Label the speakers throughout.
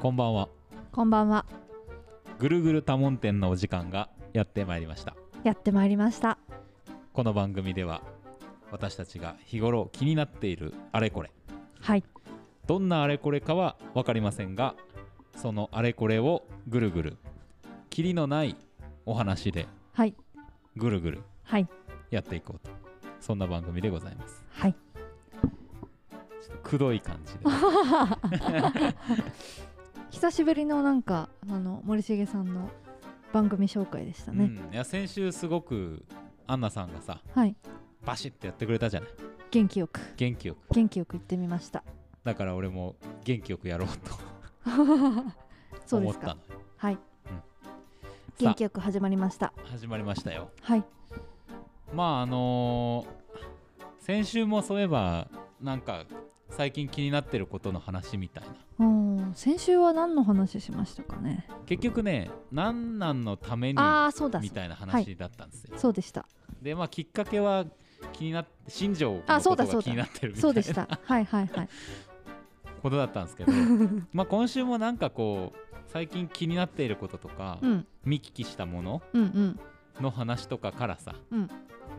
Speaker 1: こんばんは
Speaker 2: こんばんは。
Speaker 1: ぐるぐる多聞店のお時間がやってまいりました
Speaker 2: やってまいりました。
Speaker 1: この番組では私たちが日頃気になっているあれこれ
Speaker 2: はい。
Speaker 1: どんなあれこれかは分かりませんがそのあれこれをぐるぐるキリのないお話で
Speaker 2: はい。
Speaker 1: ぐるぐる
Speaker 2: はい。
Speaker 1: やっていこうとそんな番組でございます
Speaker 2: はい。
Speaker 1: ちょっとくどい感 じで
Speaker 2: 久しぶりのなんか、あの森重さんの番組紹介でした
Speaker 1: う
Speaker 2: ね。
Speaker 1: ん、いや先週すごくアンナさんがさ
Speaker 2: はい。
Speaker 1: バシッてやってくれたじゃない
Speaker 2: 元気よく。
Speaker 1: 元気よく
Speaker 2: 元気よく行ってみました。
Speaker 1: だから俺も元気よくやろうと
Speaker 2: そうで
Speaker 1: 思っ
Speaker 2: す
Speaker 1: た
Speaker 2: か
Speaker 1: の。
Speaker 2: はい。
Speaker 1: さ
Speaker 2: 元気よく始まりました。
Speaker 1: あ始まりましたよ
Speaker 2: はい。
Speaker 1: まああのー先週もそういえばなんか最近気になってることの話みたいな
Speaker 2: うん。先週は何の話しましたかね。
Speaker 1: 結局ね何なんのために
Speaker 2: ああ、そうだ。
Speaker 1: みたいな話だったんですよ、
Speaker 2: そうでした。
Speaker 1: でまあきっかけは気になって新庄の
Speaker 2: あそ
Speaker 1: こ
Speaker 2: うだ
Speaker 1: と
Speaker 2: そう
Speaker 1: が
Speaker 2: だ
Speaker 1: 気になってるみた
Speaker 2: そうで
Speaker 1: い
Speaker 2: し
Speaker 1: な
Speaker 2: た。はいはいはい。
Speaker 1: ことだったんです けどまあ今週もなんかこう最近気になっていることとか、
Speaker 2: うん。
Speaker 1: 見聞きしたもの
Speaker 2: うんうん。
Speaker 1: の話とかからさ、
Speaker 2: うん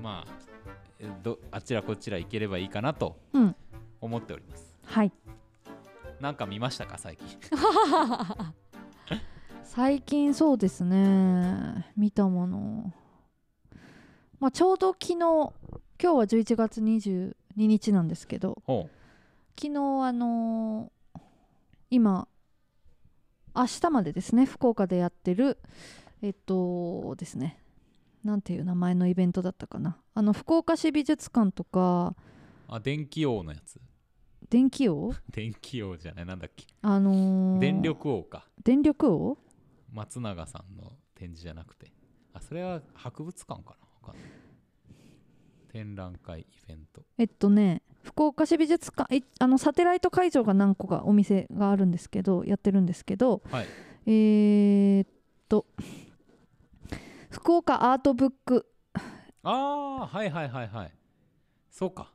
Speaker 1: まあえどあちらこちら行ければいいかなと
Speaker 2: うん
Speaker 1: 思っております、
Speaker 2: はい。
Speaker 1: なんか見ましたか最 近
Speaker 2: 最近そうですね見たもの、まあ、ちょうど昨日今日は11月22日なんですけど
Speaker 1: ほ
Speaker 2: 昨日あのー今明日までですね福岡でやってるえっとですねなんていう名前のイベントだったかなあの福岡市美術館とか
Speaker 1: うあ電気王のやつ
Speaker 2: 電気王
Speaker 1: 電気王じゃないなんだっけ
Speaker 2: あのー
Speaker 1: 電力王か
Speaker 2: 電力王
Speaker 1: 松永さんの展示じゃなくてあそれは博物館かなわかんない展覧会イベント
Speaker 2: えっとね福岡市美術館いあのサテライト会場が何個かお店があるんですけどやってるんですけど
Speaker 1: はい
Speaker 2: えーっと福岡アートブック
Speaker 1: あーはいはいはいはいそうか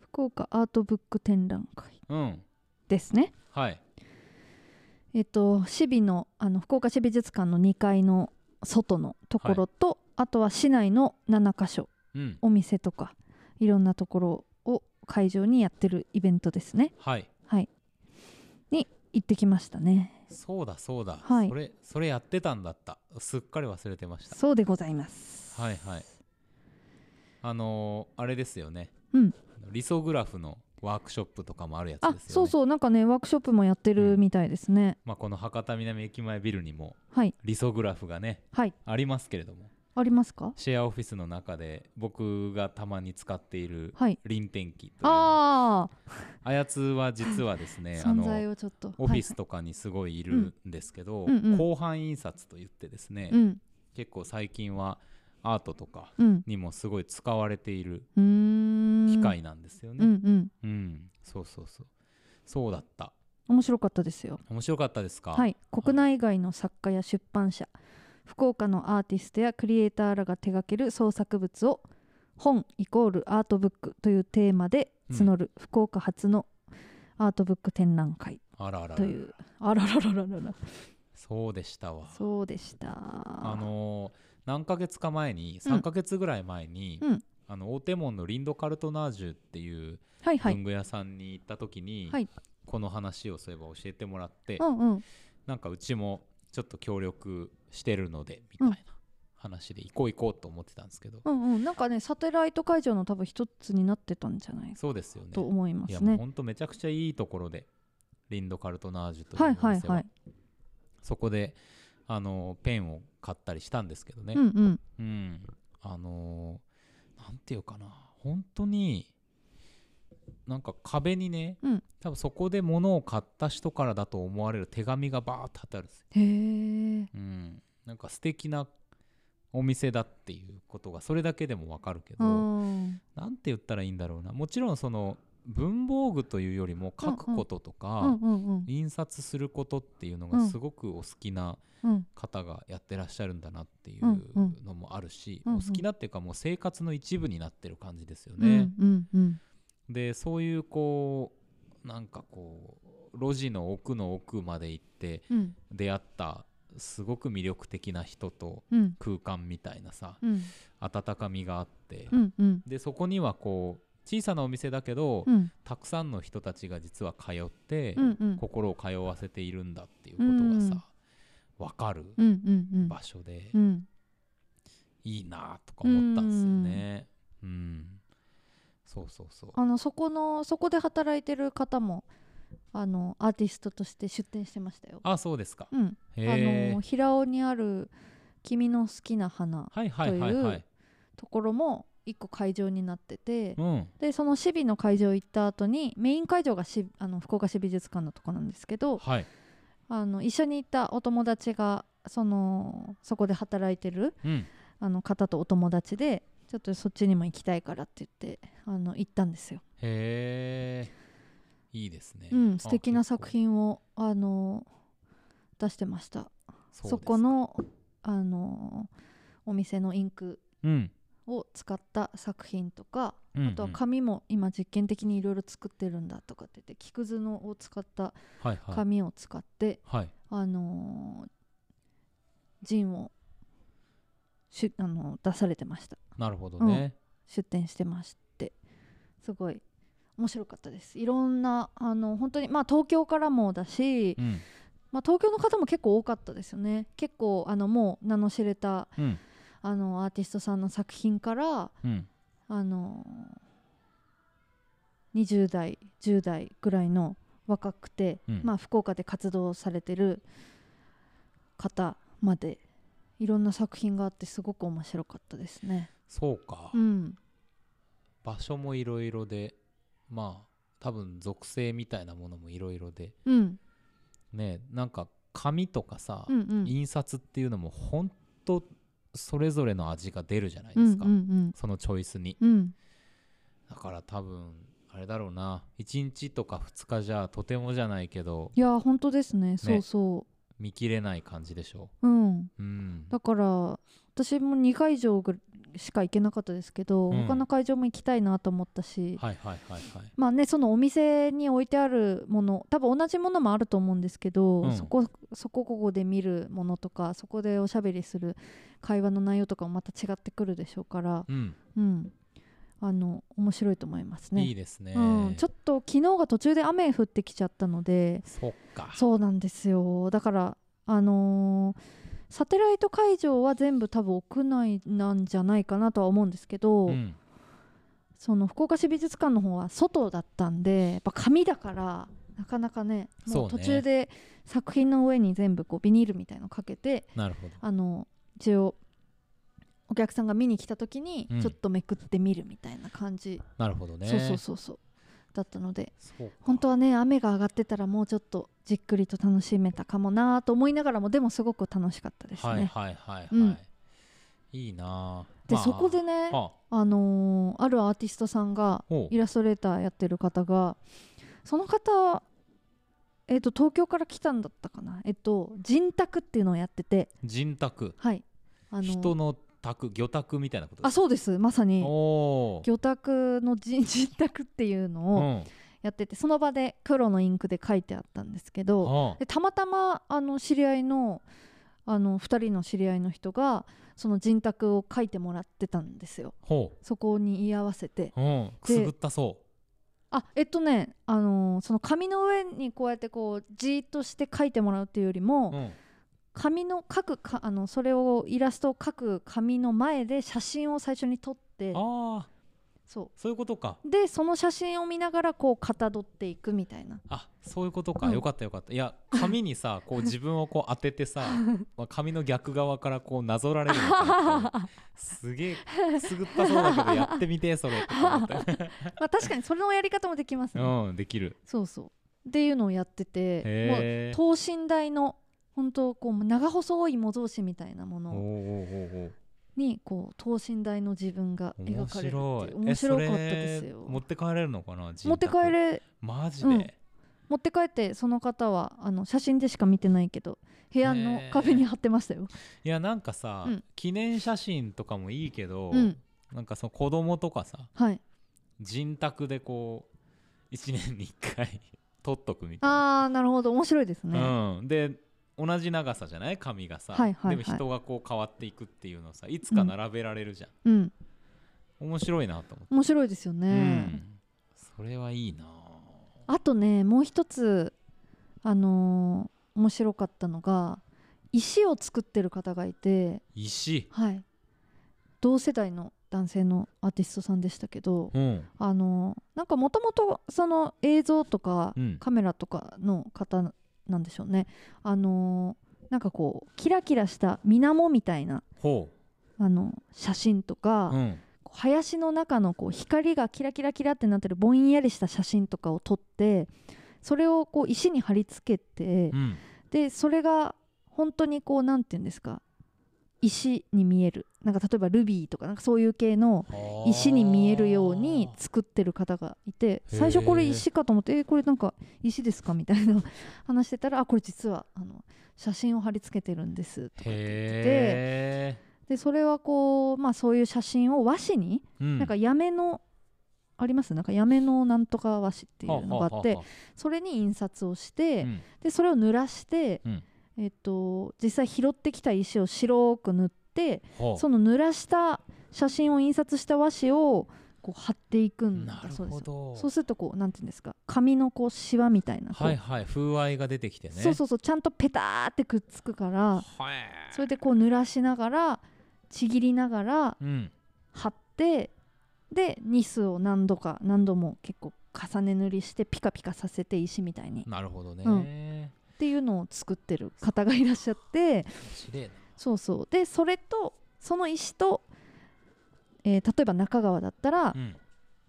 Speaker 2: 福岡アートブック展覧会
Speaker 1: うん
Speaker 2: ですね
Speaker 1: はい
Speaker 2: えっと市美のあの福岡市美術館の2階の外のところと、あとは市内の7箇所
Speaker 1: うん
Speaker 2: お店とかいろんなところを会場にやってるイベントですね
Speaker 1: はい
Speaker 2: はいに行ってきましたね
Speaker 1: そうだそうだ、
Speaker 2: はい
Speaker 1: それそれやってたんだったすっかり忘れてました
Speaker 2: そうでございます。
Speaker 1: はいはいあのーあれですよね、
Speaker 2: うん
Speaker 1: リソグラフのワークショップとかもあるやつですよ
Speaker 2: あ
Speaker 1: ね、
Speaker 2: そうそう、なんかね、ワークショップもやってるみたいですね。
Speaker 1: まあ、この博多南駅前ビルにも
Speaker 2: はい、
Speaker 1: リソグラフがね
Speaker 2: はい、
Speaker 1: ありますけれども
Speaker 2: ありますか。
Speaker 1: シェアオフィスの中で僕がたまに使っている
Speaker 2: はい。
Speaker 1: 臨転機というあ
Speaker 2: あ
Speaker 1: やつは実はです
Speaker 2: あ、
Speaker 1: ねあ
Speaker 2: 存在
Speaker 1: の
Speaker 2: をちょっと。
Speaker 1: オフィ
Speaker 2: は
Speaker 1: スとかにすごいいるんですけど、
Speaker 2: うんうんうん
Speaker 1: 後半印刷といってですね、
Speaker 2: いはい。うん、
Speaker 1: 結構最近はアートとか
Speaker 2: うん、
Speaker 1: にもすごい使われている
Speaker 2: うーん。
Speaker 1: 機。械なんですよね。
Speaker 2: うん、うん、
Speaker 1: うん、そうそうそう。そうだった。
Speaker 2: 面白かったですよ。
Speaker 1: 面白かったですか。
Speaker 2: はい、国内外の作家や出版社。福岡のアーティストやクリエイターらが手掛ける創作物を。本イコールアートブックというテーマで募る福岡初のアートブック展覧会
Speaker 1: あらあら
Speaker 2: という、あらららららら
Speaker 1: そうでしたわ。
Speaker 2: そうでした
Speaker 1: あ
Speaker 2: あ
Speaker 1: のー何ヶ月か前に、
Speaker 2: うん
Speaker 1: 三ヶ月ぐらい前に、
Speaker 2: うん
Speaker 1: あの大手門のリンドカルトナージュっていう
Speaker 2: はいはい
Speaker 1: 文具屋さんに行った時に、
Speaker 2: はい
Speaker 1: この話をそういえば教えてもらって、
Speaker 2: うんうん
Speaker 1: なんかうちもちょっと協力してるのでみたいな話で行こう行こうと思ってたんですけど、
Speaker 2: うんうんなんかねサテライト会場の多分一つになってたんじゃないか
Speaker 1: そうですよね。
Speaker 2: と思いま
Speaker 1: いや
Speaker 2: す
Speaker 1: もう
Speaker 2: ね
Speaker 1: 本当めちゃくちゃいいところでリンドカルトナージュというお
Speaker 2: はい
Speaker 1: 店は
Speaker 2: はいはい
Speaker 1: そこであのペンを買ったりしたんですけどね、
Speaker 2: うんうん
Speaker 1: うんあのーなんていうかな本当になんか壁にね、
Speaker 2: うん
Speaker 1: 多分そこで物を買った人からだと思われる手紙がバーッと貼ってあるんですよ、
Speaker 2: へえ
Speaker 1: うん、なんか素敵なお店だっていうことがそれだけでもわかるけど、
Speaker 2: うん
Speaker 1: なんて言ったらいいんだろうなもちろんその文房具というよりも書くこととか、
Speaker 2: うんうん
Speaker 1: 印刷することっていうの
Speaker 2: う
Speaker 1: が
Speaker 2: ん
Speaker 1: すごくお好きな
Speaker 2: うん
Speaker 1: 方がやってらっしゃるんだなってい
Speaker 2: うんう
Speaker 1: うんのもあるし、
Speaker 2: うんうん
Speaker 1: お好きなっていうかもう生活の一部になってる感じですよ
Speaker 2: うん
Speaker 1: ね。
Speaker 2: うんうん
Speaker 1: でそういうこうなんかこう路地の奥の奥まで行って
Speaker 2: うん
Speaker 1: 出会ったすごく魅力的な人と
Speaker 2: うん
Speaker 1: 空間みたいなさ
Speaker 2: うん
Speaker 1: 温かみがあって、
Speaker 2: うんうん
Speaker 1: でそこにはこう小さなお店だけど、
Speaker 2: うん
Speaker 1: たくさんの人たちが実は通って、
Speaker 2: うんうん
Speaker 1: 心を通わせているんだっていうことがさ、わかる
Speaker 2: うんうんうん
Speaker 1: 場所で、
Speaker 2: うん
Speaker 1: いいなとか思ったんですよね。うん、そうそうそう。
Speaker 2: あのそこのそこで働いてる方もあのアーティストとして出展してましたよ。
Speaker 1: あ、そうですか。
Speaker 2: うん、あ
Speaker 1: へえ
Speaker 2: の。平尾にある「君の好きな花
Speaker 1: はいはいはいは
Speaker 2: という
Speaker 1: い。
Speaker 2: ところも一個会場になってて、
Speaker 1: うん。
Speaker 2: でそのシビの会場行った後にメイン会場がしあの福岡市美術館のとこなんですけど
Speaker 1: はい。
Speaker 2: あの一緒に行ったお友達がそのそこで働いてる
Speaker 1: うん。
Speaker 2: あの方とお友達でちょっとそっちにも行きたいからって言ってあの行ったんですよ。
Speaker 1: へえ。いいですね。
Speaker 2: うん、
Speaker 1: あ
Speaker 2: 素敵な作。品をあの出してました
Speaker 1: 結構
Speaker 2: そう
Speaker 1: です
Speaker 2: このあのお店のインク
Speaker 1: うん。
Speaker 2: を使った作品とか、
Speaker 1: うんうん
Speaker 2: あとは紙も今実験的にいろいろ作ってるんだとかって言って木くずのを使った
Speaker 1: はいはい。
Speaker 2: 紙を使って、
Speaker 1: はい。
Speaker 2: あのジンをしあの出されてました
Speaker 1: なるほどね。
Speaker 2: 出展してましてすごい面白かったですいろんなあの本当にまあ東京からもだし、
Speaker 1: うん。
Speaker 2: まあ、東京の方も結構多かったですよね結構あのもう名の知れた
Speaker 1: うん。
Speaker 2: あのアーティストさんの作品から
Speaker 1: うん。
Speaker 2: あの20代10代ぐらいの若くて、
Speaker 1: うん
Speaker 2: まあ、福岡で活動されてる方までいろんな作品があってすごく面白かったですね。
Speaker 1: そうか
Speaker 2: う。ん、
Speaker 1: 場所もいろいろで、まあ、多分属性みたいなものもいろいろで、
Speaker 2: うん、
Speaker 1: ね、なんか紙とかさ、
Speaker 2: うん、うん、
Speaker 1: 印刷っていうのも本当それぞれの味が出るじゃない
Speaker 2: うん、う
Speaker 1: で
Speaker 2: ん
Speaker 1: す、か、
Speaker 2: うん、
Speaker 1: そのチョイスに
Speaker 2: うん、
Speaker 1: だから多分あれだろうな1日とか2日じゃとてもじゃないけど
Speaker 2: いや本当ですね。そうそ
Speaker 1: 見切れない感じでしょ
Speaker 2: う、うん。
Speaker 1: ううん
Speaker 2: だから私も2会場ぐしか行けなかったですけど、
Speaker 1: うん
Speaker 2: 他の会場も行きたいなと思ったし、
Speaker 1: はいはいはいはい
Speaker 2: まあねそのお店に置いてあるもの多分同じものもあると思うんですけど、
Speaker 1: うん
Speaker 2: そこそこここで見るものとかそこでおしゃべりする会話の内容とかもまた違ってくるでしょうから、
Speaker 1: うん、
Speaker 2: うん、あの面白いと思いますね。
Speaker 1: いいですね、
Speaker 2: うん、ちょっと昨日が途中で雨降ってきちゃったので
Speaker 1: そっか
Speaker 2: そうなんですよだからあのーサテライト会場は全部多分屋内なんじゃないかなとは思うんですけど、
Speaker 1: ん、
Speaker 2: その福岡市美術館の方は外だったんでやっぱ紙だからなかなかねも
Speaker 1: そ
Speaker 2: う
Speaker 1: う
Speaker 2: 途
Speaker 1: ね
Speaker 2: 中で作品の上に全部こうビニールみたいのかけて
Speaker 1: なるほど
Speaker 2: あの一応お客さんが見に来た時に
Speaker 1: うん
Speaker 2: ちょっとめくってみるみたいな感じ、
Speaker 1: なるほどね
Speaker 2: そうそうそうそうだったので
Speaker 1: そうか
Speaker 2: 本当はね雨が上がってたらもうちょっとじっくりと楽しめたかもなと思いながらもでもすごく楽しかったですね。
Speaker 1: はいはいはいはい、
Speaker 2: うん
Speaker 1: いいなあ
Speaker 2: で、
Speaker 1: まあ
Speaker 2: そこでねあ、
Speaker 1: あ
Speaker 2: のーあるアーティストさんが
Speaker 1: おう
Speaker 2: イラストレーターやってる方がその方、えっと東京から来たんだったかな、えっと人宅っていうのをやってて、
Speaker 1: 人宅、
Speaker 2: はいあのー
Speaker 1: 人の宅魚宅みたいなこと
Speaker 2: あ
Speaker 1: う
Speaker 2: そうですまさに
Speaker 1: おー
Speaker 2: 魚宅の人 人宅っていう
Speaker 1: う
Speaker 2: のを
Speaker 1: ん
Speaker 2: やってて、その場で黒のインクで書いてあったんですけど、
Speaker 1: は
Speaker 2: でたまたまあの知り合いのあの2人の知り合いの人がその人宅を書いてもらってたんですよ
Speaker 1: あほ
Speaker 2: そこに居合わせて
Speaker 1: う、うん、くすぐったそ
Speaker 2: あえっとね、あのーその紙の上にこうやってこうじーっとして書いてもらうっていうより
Speaker 1: う、
Speaker 2: も、
Speaker 1: うん、
Speaker 2: 紙の書くかあのそれをイラストを描く紙の前で写真を最初に撮って
Speaker 1: ああ
Speaker 2: そ
Speaker 1: そういうことか
Speaker 2: うでその写真を見ながらこうかたどっていくみたい な
Speaker 1: あそういうことか、
Speaker 2: うん
Speaker 1: よかったよかったいや紙にさ こう自分をこう当ててさ、まあ、紙の逆側からこうなぞられるのかなとすげえくすぐったそうだけどやってみてえそれとか思 って
Speaker 2: まあ確かにそれのやり方もできますね、
Speaker 1: うんできる
Speaker 2: そうそうっていうのをやっててもう
Speaker 1: へえ
Speaker 2: 等身大の本当こう長細い模造紙みたいなも
Speaker 1: お
Speaker 2: の
Speaker 1: ーおーおー
Speaker 2: にこう等身大の自分が
Speaker 1: おー
Speaker 2: 描かれるっていう
Speaker 1: 面
Speaker 2: 面
Speaker 1: 白
Speaker 2: 白
Speaker 1: いえ
Speaker 2: かったです
Speaker 1: そ
Speaker 2: よ
Speaker 1: れ持って帰れるのかな人宅
Speaker 2: 持って帰れ
Speaker 1: マジで、
Speaker 2: うん持って帰ってその方はあの写真でしか見てないけど部屋の
Speaker 1: へー
Speaker 2: 壁に貼ってましたよ、
Speaker 1: いやなんかさ、
Speaker 2: うん
Speaker 1: 記念写真とかもいいけど、
Speaker 2: うん
Speaker 1: なんかその子供とかさ
Speaker 2: はい
Speaker 1: 人宅でこう1年に1回 取っとくみたいな。
Speaker 2: あーなるほど面白いですね、
Speaker 1: うん、で同じ長さじゃない髪がさ、
Speaker 2: はいはいはい
Speaker 1: でも人がこう変わっていくっていうのをさいつか並べられるじゃん、
Speaker 2: うん、
Speaker 1: 面白いなと思って、
Speaker 2: 面白いですよね、
Speaker 1: うん、それはいいな
Speaker 2: あとねもう一つあのー面白かったのが石を作ってる方がいて
Speaker 1: 石
Speaker 2: はい同世代の男性のアーティストさんでしたけど、
Speaker 1: うん
Speaker 2: あのなんかもともとその映像とか
Speaker 1: うん
Speaker 2: カメラとかの方なんでしょうね、あのなんかこうキラキラした水面みたいな
Speaker 1: ほ
Speaker 2: あの写真と
Speaker 1: う
Speaker 2: か、
Speaker 1: うん
Speaker 2: こう林の中のこう光がキラキラキラってなってるぼんやりした写真とかを撮ってそれをこう石に貼り付けて、
Speaker 1: うん
Speaker 2: でそれが本当にこうなんて言うんですか石に見えるなんか例えばルビーとかなんかそういう系の石に見えるように作ってる方がいて
Speaker 1: へー
Speaker 2: 最初これ石かと思って「えーこれなんか石ですか?」みたいな 話してたら「あこれ実はあの写真を貼り付けてるんです」とかって言ってて
Speaker 1: へ
Speaker 2: でそれはこう、まあ、そういう写真を和紙に、
Speaker 1: え、うん
Speaker 2: なんかやめのありますなんかやめのなんとか和紙っていうのがあっ
Speaker 1: は
Speaker 2: て
Speaker 1: ははは
Speaker 2: それに印刷をして、
Speaker 1: うん
Speaker 2: でそれを濡らして、
Speaker 1: うん
Speaker 2: えっと実際拾ってきた石を白く塗って
Speaker 1: ほう
Speaker 2: その濡らした写真を印刷した和紙をこう貼っていくんだ
Speaker 1: なる
Speaker 2: そうで
Speaker 1: ほ
Speaker 2: すよ
Speaker 1: ど
Speaker 2: そうするとこうなんていうんですか紙のこうシワみたいな、こう
Speaker 1: はいはい風合いが出てきてね
Speaker 2: そうそうそうちゃんとペターってくっつくか
Speaker 1: は
Speaker 2: ら
Speaker 1: い
Speaker 2: それでこう濡らしながらちぎりながら
Speaker 1: うん
Speaker 2: 貼ってでニスを何度か何度も結構重ね塗りしてピカピカさせて石みたいにっ
Speaker 1: なるほどね、
Speaker 2: う
Speaker 1: 面
Speaker 2: ていうのを作ってる方がいらっしゃって
Speaker 1: 白いな
Speaker 2: そうそうでそれとその石と、えー例えば中川だったら
Speaker 1: うん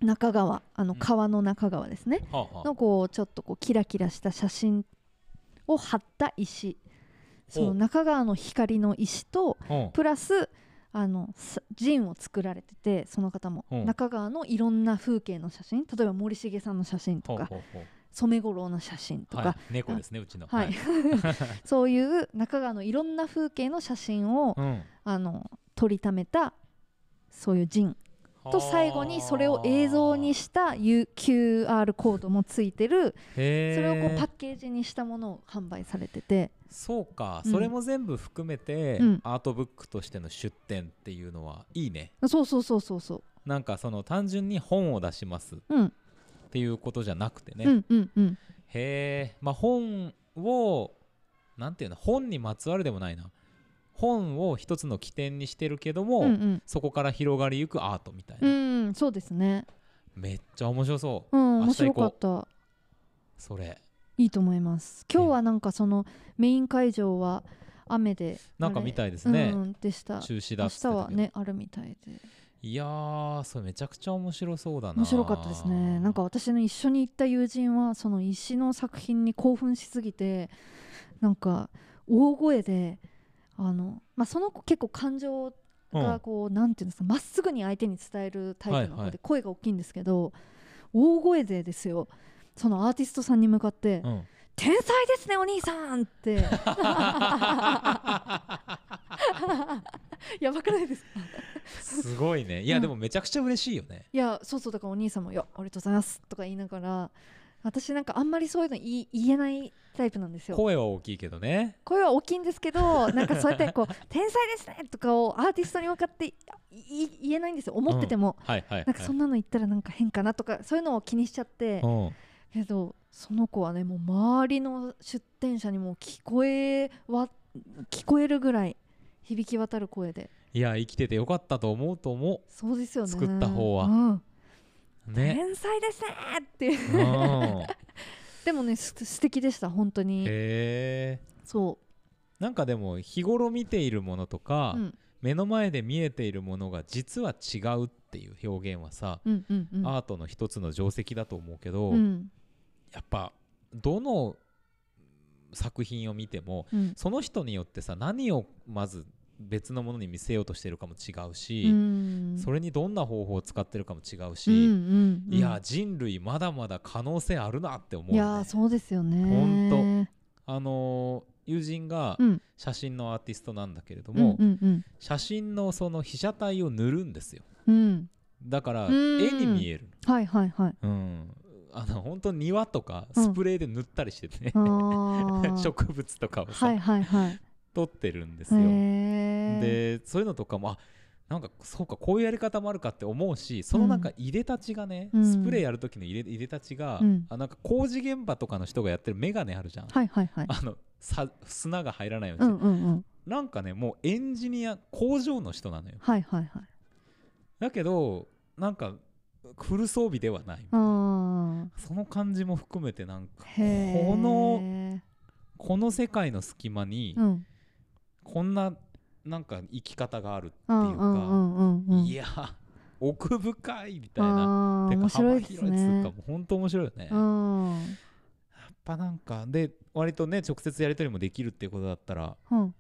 Speaker 2: 中川あの
Speaker 1: うん
Speaker 2: 川の中川ですね、
Speaker 1: はあはあ
Speaker 2: のこうちょっとこうキラキラした写真を貼った石そ
Speaker 1: ほ
Speaker 2: の
Speaker 1: う
Speaker 2: 中川の光の石と
Speaker 1: うん
Speaker 2: プラスあのさジンを作られててその方も
Speaker 1: うん
Speaker 2: 中川のいろんな風景の写真例えば森重さんの写真と
Speaker 1: ほう
Speaker 2: か
Speaker 1: ほうほう
Speaker 2: 染五郎の写真と
Speaker 1: は
Speaker 2: か
Speaker 1: い、猫ですねうちの
Speaker 2: はい そういう中川のいろんな風景の写真を
Speaker 1: うん
Speaker 2: あの取りためたそういうジンと最後にそれを映像にした U- QR コードもついてるそ
Speaker 1: へ
Speaker 2: れをこう
Speaker 1: ー
Speaker 2: パッケージにしたものを販売されてて
Speaker 1: そうか、
Speaker 2: うん
Speaker 1: それも全部含めて、
Speaker 2: うん
Speaker 1: アートブックとしての出展っていうのはいいね
Speaker 2: そうそうそうそうそう
Speaker 1: なんかその単純に本を出しますっ
Speaker 2: うん
Speaker 1: ていうことじゃなくてね、
Speaker 2: うんうんうん
Speaker 1: へえまあ本をなんていうの本にまつわるでもないな本を一つの起点にしてるけども、
Speaker 2: うんうん
Speaker 1: そこから広がりゆくアートみたいな、
Speaker 2: うんそうですね
Speaker 1: めっちゃ面白そう、
Speaker 2: うん
Speaker 1: 明
Speaker 2: 面
Speaker 1: 日行
Speaker 2: 白
Speaker 1: こう
Speaker 2: かった
Speaker 1: それ
Speaker 2: いいと思います今日はなんかそのメイン会場は雨で
Speaker 1: なんか
Speaker 2: あれ
Speaker 1: みたいですね
Speaker 2: うんうんでした
Speaker 1: 中止だ
Speaker 2: 明
Speaker 1: っつって
Speaker 2: 日
Speaker 1: たけど
Speaker 2: はねあるみたいで
Speaker 1: いやーそれめちゃくちゃ面白そうだな
Speaker 2: 面白かったですねなんか私の一緒に行った友人はその石の作品に興奮しすぎてなんか大声であの、まあ、その子結構感情
Speaker 1: うん
Speaker 2: がこう、なんていうんですかまっすぐに相手に伝えるタイプの
Speaker 1: はい
Speaker 2: 子
Speaker 1: は
Speaker 2: で声が大きいんですけど、大声でですよそのアーティストさんに向かって「
Speaker 1: うん
Speaker 2: 天才ですねお兄さん!」って やばくないですか
Speaker 1: すごいねいや、
Speaker 2: うん
Speaker 1: でもめちゃくちゃ嬉しいよね
Speaker 2: いやそうそうだからお兄さんも「いやありがとうございます」とか言いながら私なんかあんまりそういうの言い言えないタイプなんですよ。
Speaker 1: 声は大きいけどね
Speaker 2: 声は大きいんですけどなんかそうやってこう「天才ですね」とかをアーティストに向かっていい言えないんですよ思ってても、
Speaker 1: はいはいはい
Speaker 2: なんかそんなの言ったらなんか変かなとかそういうのを気にしちゃって、
Speaker 1: うん
Speaker 2: けどその子はねもう周りの出店者にも聞こえは聞こえるぐらい響き渡る声で
Speaker 1: いや生きててよかったと思うと思
Speaker 2: そうですよね
Speaker 1: 作った方は
Speaker 2: うん
Speaker 1: うね
Speaker 2: 天才ですねっていう
Speaker 1: うんへ
Speaker 2: でもねす素敵でした本当に
Speaker 1: え
Speaker 2: そ
Speaker 1: なんかでも日頃見ているものとか、
Speaker 2: う、うん、
Speaker 1: 目の前で見えているものが実は違うっていう表現はさ、
Speaker 2: うんうんうん
Speaker 1: アートの一つの定石だと思うけど、
Speaker 2: うん
Speaker 1: やっぱどの作品を見ても
Speaker 2: うん
Speaker 1: その人によってさ何をまず別のものに見せようとしてるかも違うし、
Speaker 2: うん
Speaker 1: それにどんな方法を使ってるかも違うし、
Speaker 2: うんうんうん
Speaker 1: いや人類まだまだ可能性あるなって思う、
Speaker 2: い
Speaker 1: ね、
Speaker 2: やーそうですよね
Speaker 1: ほんあのー友人が
Speaker 2: うん
Speaker 1: 写真のアーティストなんだけれど
Speaker 2: う
Speaker 1: も、
Speaker 2: んうんうん
Speaker 1: 写真のその被写体を塗るんですよ
Speaker 2: うん
Speaker 1: だから
Speaker 2: うん
Speaker 1: 絵に見える、
Speaker 2: はいはいはい
Speaker 1: うん、あの本当庭とか
Speaker 2: うん
Speaker 1: スプレーで塗ったりしてて、ね
Speaker 2: あ ー
Speaker 1: 植物とかをさ、
Speaker 2: はいはいはい
Speaker 1: 取ってるんです
Speaker 2: へ
Speaker 1: よ。
Speaker 2: え
Speaker 1: でそういうのとかもあなんかそうかこういうやり方もあるかって思うしそのなんか入れたちがね、
Speaker 2: うん
Speaker 1: スプレーやる時の入れ入れたちが、
Speaker 2: うん
Speaker 1: あなんか工事現場とかの人がやってるメガネあるじゃん、
Speaker 2: はいはいはい
Speaker 1: あのさ砂が入らないよう
Speaker 2: う
Speaker 1: にし
Speaker 2: ん
Speaker 1: て、
Speaker 2: うんうん
Speaker 1: なんかねもうエンジニア工場の人なのよ
Speaker 2: はいはいはい
Speaker 1: だけどなんかフル装備ではない
Speaker 2: あー
Speaker 1: その感じも含めてなんか
Speaker 2: へえ
Speaker 1: このこの世界の隙間に
Speaker 2: うん
Speaker 1: こんななんか生き方があるっていう
Speaker 2: う
Speaker 1: か、
Speaker 2: んうんうんうんうん
Speaker 1: いや奥深いみたいな
Speaker 2: あー
Speaker 1: てか
Speaker 2: 面白いです
Speaker 1: 幅広いっつうか
Speaker 2: ね
Speaker 1: もう本当面白いよね、
Speaker 2: う
Speaker 1: やっ
Speaker 2: ん
Speaker 1: ぱなんかで割とね直接やり取りもできるっていうことだったら
Speaker 2: うん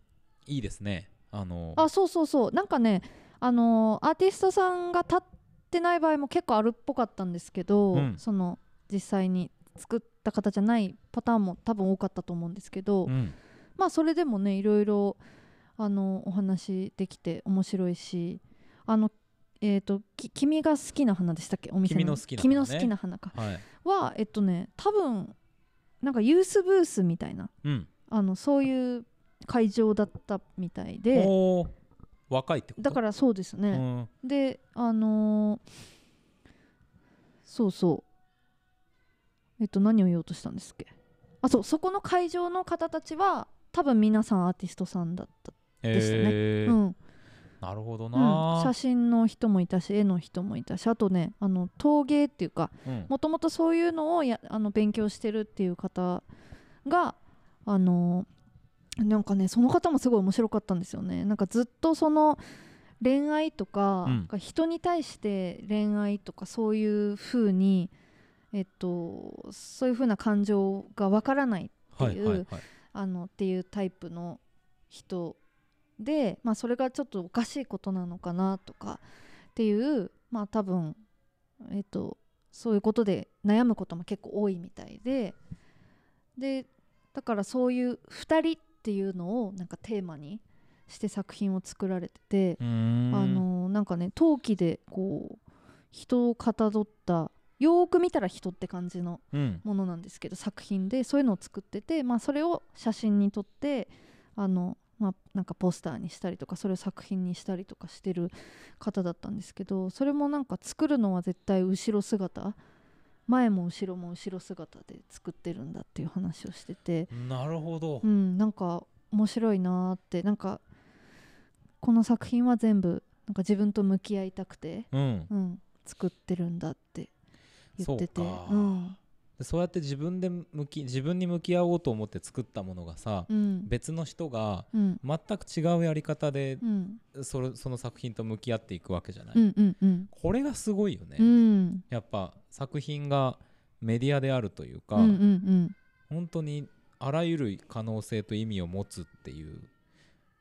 Speaker 1: いいですねあの
Speaker 2: あそうそうそうなんかねあのーアーティストさんが立ってない場合も結構あるっぽかったんですけど、
Speaker 1: うん
Speaker 2: その実際に作った方じゃないパターンも多分多かったと思うんですけど、
Speaker 1: うん
Speaker 2: まあそれでもねいろいろあのお話できて面白いしあのえっ、とき君が好きな花でしたっけお店
Speaker 1: 君の好きな花ね
Speaker 2: 君の好きな花か
Speaker 1: はい
Speaker 2: はえっとね多分なんかユースブースみたいな
Speaker 1: うん
Speaker 2: あのそういう会場だったみたいで
Speaker 1: おー若いってこと
Speaker 2: だからそうですね、
Speaker 1: うん
Speaker 2: であのーそうそうえっと何を言おうとしたんですっけあそうそこの会場の方たちは多分皆さんアーティストさんだった、ですね
Speaker 1: えー
Speaker 2: うんうん、
Speaker 1: なるほどな、
Speaker 2: 写真の人もいたし絵の人もいたしあとねあの陶芸っていうか
Speaker 1: うん
Speaker 2: もともとそういうのをやあの勉強してるっていう方があのなんかねその方もすごい面白かったんですよねなんかずっとその恋愛とか、
Speaker 1: うん
Speaker 2: なんか人に対して恋愛とかそういう風にえっとそういう風な感情がわからない
Speaker 1: は
Speaker 2: って
Speaker 1: い
Speaker 2: いう
Speaker 1: はいはい
Speaker 2: あのっていうタイプの人で、まあ、それがちょっとおかしいことなのかなとかっていうまあ多分、えっとそういうことで悩むことも結構多いみたいででだからそういう2人っていうのをなんかテーマにして作品を作られてて、
Speaker 1: うーん
Speaker 2: あのなんかね陶器でこう人をかたどったよーく見たら人って感じの
Speaker 1: うん
Speaker 2: ものなんですけど作品でそういうのを作ってて、まあ、それを写真に撮ってあの、まあ、なんかポスターにしたりとかそれを作品にしたりとかしてる方だったんですけどそれもなんか作るのは絶対後ろ姿前も後ろも後ろ姿で作ってるんだっていう話をしてて、
Speaker 1: なるほど、
Speaker 2: うん、なんか面白いなーってなんかこの作品は全部なんか自分と向き合いたくて、
Speaker 1: うん
Speaker 2: うん、作ってるんだって言ってて。
Speaker 1: そうか
Speaker 2: うん
Speaker 1: でそうやって自分で向き自分に向き合おうと思って作ったものがさ、
Speaker 2: うん
Speaker 1: 別の人が
Speaker 2: うん
Speaker 1: 全く違うやり方で
Speaker 2: うん
Speaker 1: それその作品と向き合っていくわけじゃない、
Speaker 2: うんうんうん
Speaker 1: これがすごいよね、
Speaker 2: うん
Speaker 1: やっぱ作品がメディアであるというか、
Speaker 2: うんうん
Speaker 1: 本当にあらゆる可能性と意味を持つっていう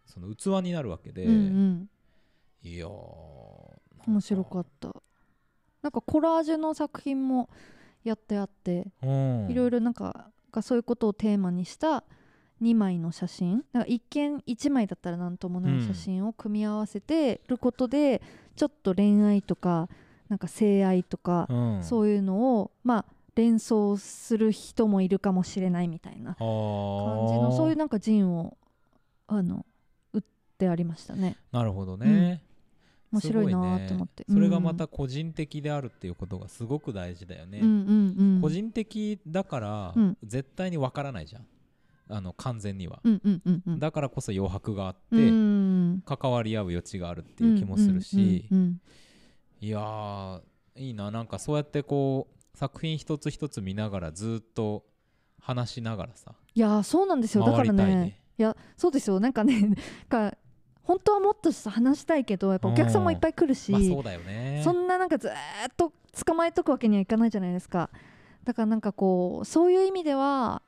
Speaker 1: その器になるわけで、
Speaker 2: うんうん
Speaker 1: いやー
Speaker 2: 面白か
Speaker 1: っ
Speaker 2: ったなんかコラージュの作品もやってあって
Speaker 1: た、うん、
Speaker 2: いろい
Speaker 1: ろ
Speaker 2: ろなんかがそういうことをテーマにした2枚の写真なんか一見1枚だったら何ともない写真を組み合わせてることでちょっと恋愛とかなんか性愛とかそ
Speaker 1: いう
Speaker 2: いうのをまあ連想する人もいるかもしれないみたいな
Speaker 1: うん
Speaker 2: 感じのそういう
Speaker 1: な
Speaker 2: なんか陣をあの打ってありましたね
Speaker 1: なるほどね、
Speaker 2: 面白い
Speaker 1: す
Speaker 2: な
Speaker 1: ご
Speaker 2: ーと思って、
Speaker 1: ね、それがまた個人的であるっていうことがすごく大事だよね、
Speaker 2: うんうんうんうん
Speaker 1: 個人的だから
Speaker 2: うん
Speaker 1: 絶対にわからないじゃんあの完全には、
Speaker 2: うんうんうんうん
Speaker 1: だからこそ余白があって、
Speaker 2: うん
Speaker 1: 関わり合う余地があるっていう気もするし、
Speaker 2: うんうん
Speaker 1: いやーいいななんかそうやってこう作品一つ一つ見ながらずっと話しながらさ
Speaker 2: いやーそうなんですよだか
Speaker 1: 回
Speaker 2: ら
Speaker 1: りたい
Speaker 2: ね
Speaker 1: ね
Speaker 2: いやそうですよなんかねなんか本当はもっと話したいけどやっぱお客さんもいっぱい来るし、
Speaker 1: まあそうだよね
Speaker 2: そんななんかずーっと捕まえとくわけにはいかないじゃないですかだからなんかこうそういう意味では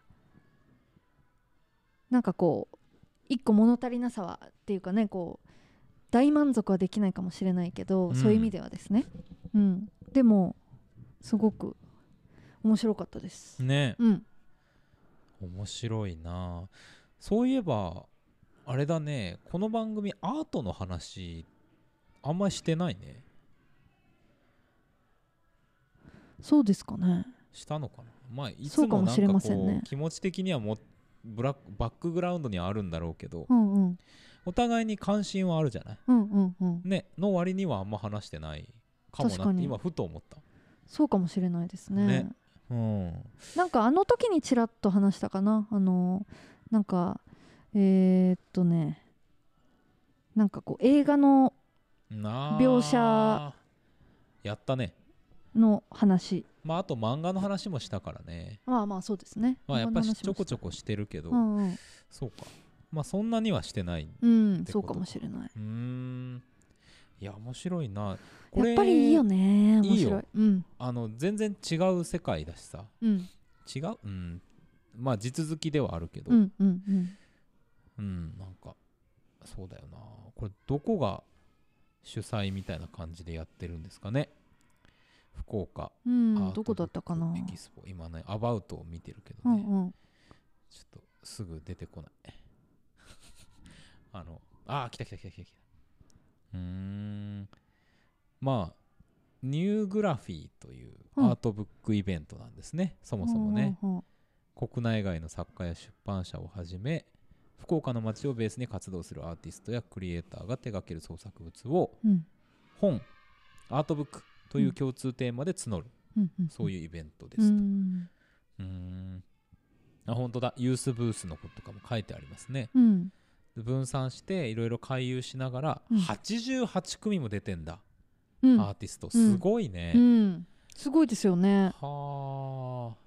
Speaker 2: なんかこう一個物足りなさはっていうかねこう大満足はできないかもしれないけど、
Speaker 1: うん
Speaker 2: そういう意味ではですね、うん、でもすごく面白かったです、
Speaker 1: ね
Speaker 2: うん、
Speaker 1: 面白いなそういえばあれだねこの番組アートの話あんまりしてないね
Speaker 2: そうですかね
Speaker 1: したのかなまあいつ
Speaker 2: そうか
Speaker 1: も
Speaker 2: も
Speaker 1: なん
Speaker 2: し
Speaker 1: か
Speaker 2: れ
Speaker 1: こ
Speaker 2: ま
Speaker 1: う
Speaker 2: せんね
Speaker 1: 気持ち的にはもブラックバックグラウンドにはあるんだろうけど、
Speaker 2: うんうん
Speaker 1: お互いに関心はあるじゃない
Speaker 2: うんうんうん
Speaker 1: ねの割にはあんま話してないかも
Speaker 2: 確
Speaker 1: な
Speaker 2: か
Speaker 1: って
Speaker 2: に
Speaker 1: 今ふと思った
Speaker 2: そうかもしれないですね
Speaker 1: ねうん
Speaker 2: なんかあの時にちらっと話したかなあのなんかえーっとねなんかこう映画の
Speaker 1: なあ
Speaker 2: 描写
Speaker 1: やったね
Speaker 2: の話
Speaker 1: まああと漫画の話もしたからね
Speaker 2: まあまあそうですね
Speaker 1: まあやっぱしちょこち
Speaker 2: ょ
Speaker 1: ょこしてるけど、
Speaker 2: うんうん、
Speaker 1: そうかまあそんなにはしてないん
Speaker 2: うん、
Speaker 1: て
Speaker 2: そ
Speaker 1: こ
Speaker 2: う
Speaker 1: と
Speaker 2: かもしれない
Speaker 1: ーんいや面白いなこれ
Speaker 2: やっぱりいいよね面白い
Speaker 1: いいよ
Speaker 2: うん
Speaker 1: あの全然違う世界だしさ
Speaker 2: うん
Speaker 1: 違ううんまあ地続きではあるけど
Speaker 2: う
Speaker 1: うん、
Speaker 2: んうんうん
Speaker 1: なんかそうだよなこれどこが主催みたいな感じでやってるんですかね福岡
Speaker 2: うん
Speaker 1: アー
Speaker 2: ど
Speaker 1: ト
Speaker 2: こだったかな
Speaker 1: ブックエキスポ今ねアバウトを見てるけ
Speaker 2: う
Speaker 1: どね、
Speaker 2: んうん
Speaker 1: ちょっとすぐ出てこない あのあー来た来た来た来た来たうーんまあニューグラフィーという
Speaker 2: うん
Speaker 1: アートブックイベントなんですね、そもそもね、
Speaker 2: うんうん
Speaker 1: 国内外の作家や出版社をはじめ福岡の街をベースに活動するアーティストやクリエイターが手掛ける創作物を
Speaker 2: うん
Speaker 1: 本アートブックという共通テーマで募る、
Speaker 2: うんうん
Speaker 1: そう
Speaker 2: い
Speaker 1: いうイベントで
Speaker 2: う
Speaker 1: すと、
Speaker 2: ん
Speaker 1: うーんあ本当だユースブースのこととかも書いてありますね
Speaker 2: うん
Speaker 1: 分散していろいろ回遊しながら、
Speaker 2: うん
Speaker 1: 88組も出てんだ、
Speaker 2: うん
Speaker 1: アーティストすごいね、
Speaker 2: うんすごいですよね
Speaker 1: はあ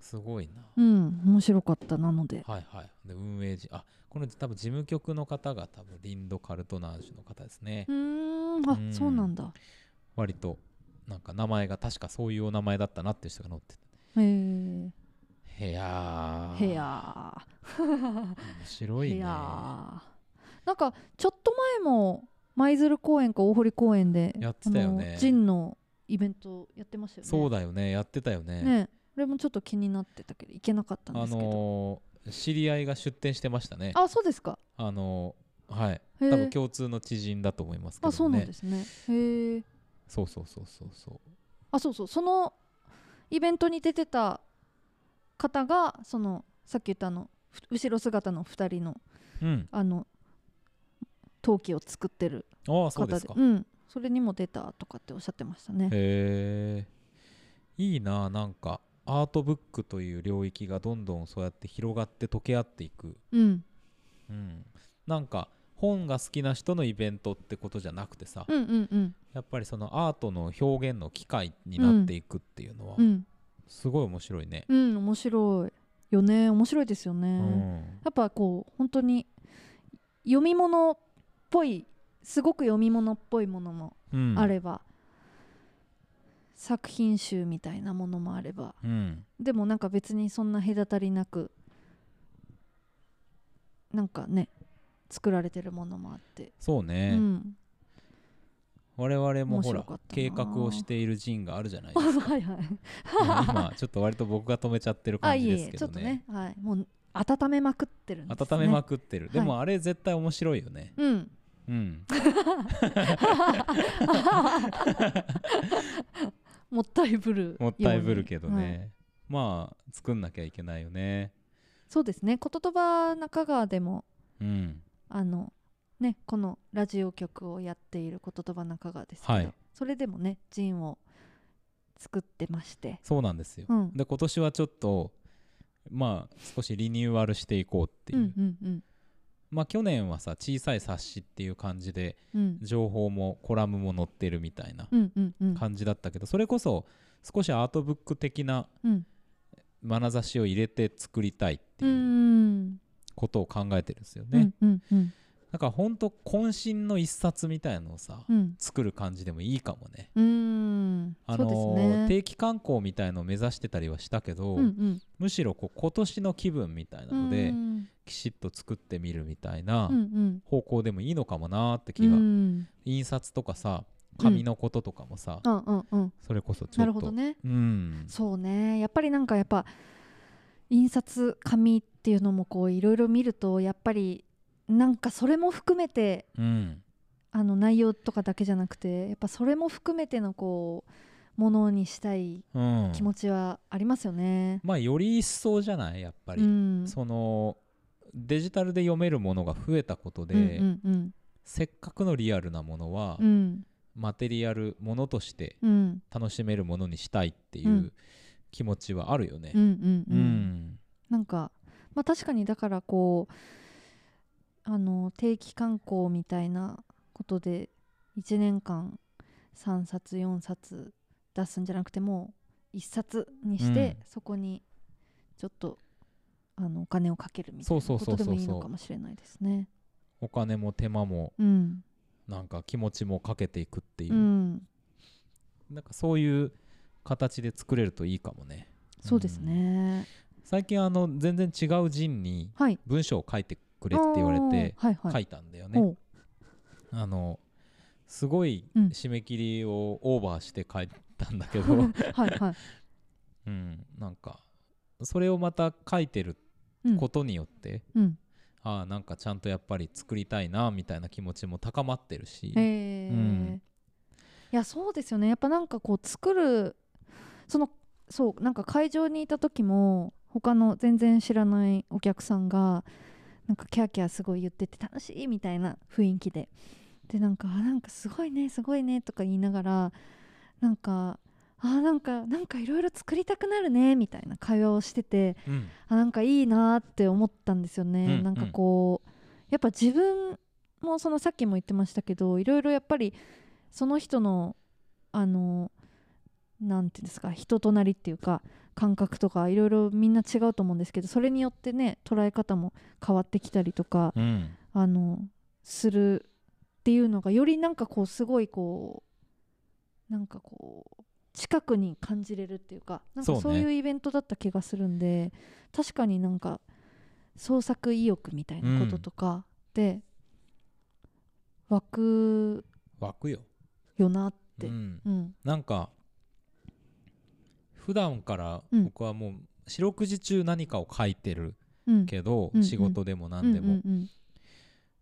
Speaker 1: すごいな、
Speaker 2: うん面白かったなので
Speaker 1: はいはいで運営時あこの多分事務局の方が多分リンド・カルトナージュの方ですね、
Speaker 2: うーんあ
Speaker 1: うん
Speaker 2: そうなんだ
Speaker 1: 割となんか名前が確かそういうお名前だったなっていう人が載って
Speaker 2: へえ
Speaker 1: たいやー
Speaker 2: へや
Speaker 1: 面白
Speaker 2: ー
Speaker 1: い
Speaker 2: へ
Speaker 1: ね
Speaker 2: やーなんかちょっと前も舞鶴公園か大堀公園で
Speaker 1: やってたよね
Speaker 2: あのジンのイベントやってましたよね
Speaker 1: そうだよねやってたよね
Speaker 2: ねこれもちょっと気になってたけど行けなかったんで
Speaker 1: あ
Speaker 2: すけど、
Speaker 1: のー知り合いが出店してましたね
Speaker 2: あそうですか
Speaker 1: あのーはい
Speaker 2: へえ
Speaker 1: 多分共通の知人だと思いますけど、ね、
Speaker 2: あそうなんですねへえ
Speaker 1: そうそうそうそうそう
Speaker 2: あそうそうそのイベントに出てた方がそのさっき言ったあのふ後ろ姿の2人の
Speaker 1: うん
Speaker 2: あの陶器を作ってる
Speaker 1: ああそ
Speaker 2: 方
Speaker 1: う
Speaker 2: で
Speaker 1: ですか、へ
Speaker 2: ん、それにも出たとかっておっしゃってましたね。
Speaker 1: えいいななんかアートブックという領域がどんどんそうやって広がって溶け合っていく、
Speaker 2: うん、
Speaker 1: うん、なんか本が好きな人のイベントってことじゃなくてさ、
Speaker 2: うんうんうん
Speaker 1: やっぱりそのアートの表現の機会になっていくっていうのは
Speaker 2: うん
Speaker 1: すごい面白いね、
Speaker 2: うん面白いよね面白いですよね。
Speaker 1: うん
Speaker 2: やっぱこう本当に読み物っぽいすごく読み物っぽいものも
Speaker 1: うん
Speaker 2: あれば、作品集みたいなものもあれば
Speaker 1: うん
Speaker 2: でもなんか別にそんな隔たりなくなんかね作られてるものもあって、
Speaker 1: そうね、
Speaker 2: うん、
Speaker 1: 我々もほら
Speaker 2: 面白かったな
Speaker 1: 計画をしているジンがあるじゃないで
Speaker 2: あ
Speaker 1: すか
Speaker 2: はいはい
Speaker 1: 今ちょっと割と僕が止めちゃってる
Speaker 2: あ
Speaker 1: 感
Speaker 2: い
Speaker 1: じ
Speaker 2: え
Speaker 1: で
Speaker 2: い
Speaker 1: す
Speaker 2: え
Speaker 1: け
Speaker 2: ちょ
Speaker 1: ど
Speaker 2: っと
Speaker 1: ね
Speaker 2: ねはいもう温めまくってるんです、ね、
Speaker 1: 温めまくってる、でも
Speaker 2: は
Speaker 1: あれ絶対面白いよね
Speaker 2: うん
Speaker 1: うん
Speaker 2: もったいぶる
Speaker 1: もったいぶるけど
Speaker 2: ようにはい
Speaker 1: ね、まあ作んなきゃいけないよね
Speaker 2: そうですねこととば中川でも
Speaker 1: うん
Speaker 2: あのねこのラジオ局をやっていることとば中川ですけど、
Speaker 1: はい
Speaker 2: それでもねジンを作ってまして
Speaker 1: そうなんですよ、
Speaker 2: うん
Speaker 1: で今年はちょっとまあ少しリニューアルしていこうっていう、
Speaker 2: うんうんうん
Speaker 1: まあ去年はさ小さい冊子っていう感じで
Speaker 2: うん
Speaker 1: 情報もコラムも載ってるみたいな
Speaker 2: うんうんうん
Speaker 1: 感じだったけどそれこそ少しアートブック的な
Speaker 2: うん
Speaker 1: 眼差しを入れて作りたいって
Speaker 2: うんう
Speaker 1: いうんことを考えてるんですよね、
Speaker 2: うんうんうん
Speaker 1: だからほんと渾身の一冊みたいのをさ、
Speaker 2: うん
Speaker 1: 作る感じでもいいかもね
Speaker 2: うん
Speaker 1: あのー
Speaker 2: そうですね
Speaker 1: 定期刊行みたいのを目指してたりはしたけど、
Speaker 2: うんうん
Speaker 1: むしろこう今年の気分みたいなので、
Speaker 2: うん
Speaker 1: きちっと作ってみるみたいな
Speaker 2: うんうん
Speaker 1: 方向でもいいのかもなーって気が、
Speaker 2: うん
Speaker 1: 印刷とかさ紙のこととかもさ、
Speaker 2: うんうんうん
Speaker 1: それこそちょっと
Speaker 2: なるほどね
Speaker 1: うん
Speaker 2: そうねやっぱりなんかやっぱ印刷紙っていうのもこういろいろ見るとやっぱりなんかそれも含めて
Speaker 1: うん
Speaker 2: あの内容とかだけじゃなくてやっぱそれも含めてのこものにしたい
Speaker 1: うん、
Speaker 2: 気持ちはありますよね。
Speaker 1: まあより一層じゃないやっぱり、
Speaker 2: うん
Speaker 1: そのデジタルで読めるものが増えたことで、
Speaker 2: うんうん
Speaker 1: せっかくのリアルなものは、
Speaker 2: うんうん
Speaker 1: マテリアルものとして
Speaker 2: うん
Speaker 1: 楽しめるものにしたいっていううん気持ちはあるよね
Speaker 2: うんう。ん
Speaker 1: う
Speaker 2: うん
Speaker 1: ん
Speaker 2: なんか、まあ、確かにだからこうあの定期観光みたいなことで1年間3冊4冊出すんじゃなくてもう1冊にして、そこにちょっとあのお金をかけるみたい
Speaker 1: そう
Speaker 2: な
Speaker 1: そう
Speaker 2: こ
Speaker 1: そ
Speaker 2: と
Speaker 1: うそうそ
Speaker 2: で
Speaker 1: う
Speaker 2: もいいのかもしれないですね。
Speaker 1: お金も手間も
Speaker 2: うん、
Speaker 1: なんか気持ちもかけていくっていうう、
Speaker 2: ん、
Speaker 1: なんかそういう形で作れるといいかもね。
Speaker 2: そうですね。
Speaker 1: 最近あの全然違う人に
Speaker 2: はい。
Speaker 1: 文章を書いてくれって言われて
Speaker 2: あーはいはい。
Speaker 1: 書いたんだよね。
Speaker 2: おう
Speaker 1: あのすごい
Speaker 2: うん
Speaker 1: 締め切りをオーバーして書いたんだけど、
Speaker 2: はいはい。
Speaker 1: うん、なんかそれをまた書いてる
Speaker 2: うん
Speaker 1: ことによって、
Speaker 2: うん。
Speaker 1: ああなんかちゃんとやっぱり作りたいなみたいな気持ちも高まってるし、
Speaker 2: へえ、
Speaker 1: うん
Speaker 2: いやそうですよねやっぱなんかこう作るそのそうなんか会場にいた時も他の全然知らないお客さんがなんかキャーキャーすごい言ってて楽しいみたいな雰囲気ででなんかあなんかすごいねすごいねとか言いながらなんかあなんかなんかいろいろ作りたくなるねみたいな会話をしてて
Speaker 1: うん
Speaker 2: あなんかいいなーって思ったんですよね、
Speaker 1: うん
Speaker 2: なんかこうやっぱ自分もそのさっきも言ってましたけどいろいろやっぱりその人のあのなんていうんですか人となりっていうか感覚とかいろいろみんな違うと思うんですけどそれによってね捉え方も変わってきたりとか
Speaker 1: うん
Speaker 2: あのするっていうのがよりなんかこうすごいこうなんかこう近くに感じれるっていうかなん
Speaker 1: そう
Speaker 2: か
Speaker 1: ね
Speaker 2: そういうイベントだった気がするんで、確かになんか創作意欲みたいなこととかで湧く
Speaker 1: 湧くよ、
Speaker 2: よなっ
Speaker 1: う
Speaker 2: て、うん
Speaker 1: ん、
Speaker 2: うん
Speaker 1: なんか普段から
Speaker 2: うん
Speaker 1: 僕はもう四六時中何かを書いてるけど、
Speaker 2: うんうん
Speaker 1: 仕事でも
Speaker 2: うん
Speaker 1: 何でも、
Speaker 2: うんうん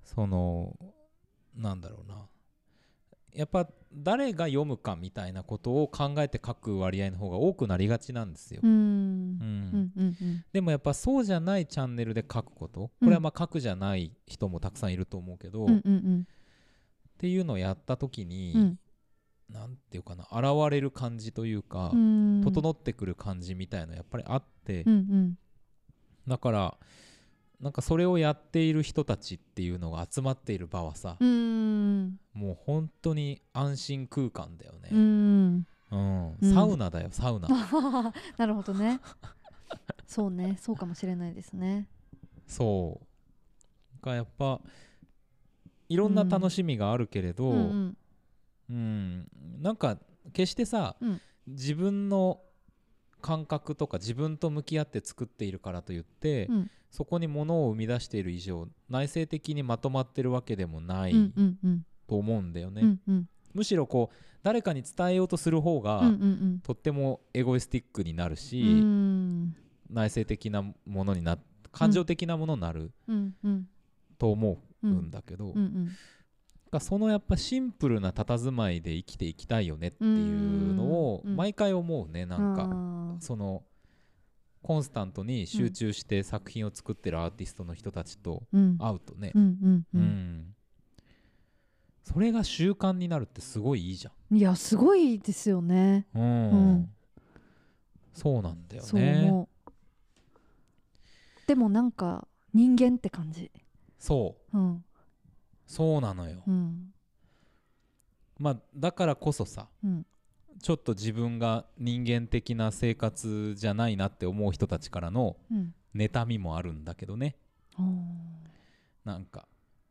Speaker 1: そのなんだろうなやっぱ誰が読むかみたいなことを考えて書く割合の方が多くなりがちなんですよ。
Speaker 2: うんうん
Speaker 1: うん
Speaker 2: うんうんうん
Speaker 1: でもやっぱそうじゃないチャンネルで書くことこれはまあ書くじゃない人もたくさんいると思うけど、
Speaker 2: うん
Speaker 1: っ
Speaker 2: うん
Speaker 1: ていうのをやった時に、
Speaker 2: うん
Speaker 1: なんていうかな現れる感じというか、
Speaker 2: うん
Speaker 1: 整ってくる感じみたいなやっぱりあって、
Speaker 2: うんうん
Speaker 1: だからなんかそれをやっている人たちっていうのが集まっている場はさ、
Speaker 2: うん
Speaker 1: もう本当に安心空間だよ
Speaker 2: う
Speaker 1: ね、
Speaker 2: ん
Speaker 1: うん
Speaker 2: うん
Speaker 1: サウナだよサウナ
Speaker 2: なるほどねそうねそうかもしれないですね
Speaker 1: そうがやっぱいろんな楽しみがあるけれど、
Speaker 2: うんうん
Speaker 1: うん、なんか決してさ、
Speaker 2: うん
Speaker 1: 自分の感覚とか自分と向き合って作っているからといって、
Speaker 2: うん
Speaker 1: そこにものを生み出している以上内省的にまとまってるわけでもない
Speaker 2: うんうんうん
Speaker 1: と思うんだよね、
Speaker 2: うんうん
Speaker 1: むしろこう誰かに伝えようとする方が、
Speaker 2: うんうん
Speaker 1: とってもエゴイスティックになるし、
Speaker 2: うんうん
Speaker 1: 内省的なものにな感情的なものになる
Speaker 2: うんうん
Speaker 1: と思
Speaker 2: う
Speaker 1: うん
Speaker 2: ん
Speaker 1: だけど、
Speaker 2: うんうん
Speaker 1: がそのやっぱシンプルな佇まいで生きていきたいよねっていうのを
Speaker 2: うん
Speaker 1: 毎回思うねなん
Speaker 2: あ
Speaker 1: か
Speaker 2: ー
Speaker 1: そのコンスタントに集中して作品を作ってるアーティストの人たちと
Speaker 2: うん
Speaker 1: 会うとね
Speaker 2: うんう
Speaker 1: うんんそれが習慣になるってすごいいいじ
Speaker 2: うんいやすごいですよね
Speaker 1: ゃんうん、
Speaker 2: うん
Speaker 1: そうなんだよ
Speaker 2: そう
Speaker 1: ね
Speaker 2: 思うでもなんか人間って感じ
Speaker 1: そう
Speaker 2: うん
Speaker 1: そうなのよ
Speaker 2: うん
Speaker 1: まあだからこそさ
Speaker 2: うん
Speaker 1: ちょっと自分が人間的な生活じゃないなって思う人たちからの
Speaker 2: うん
Speaker 1: 妬みもあるんだけどね
Speaker 2: あー
Speaker 1: なんか、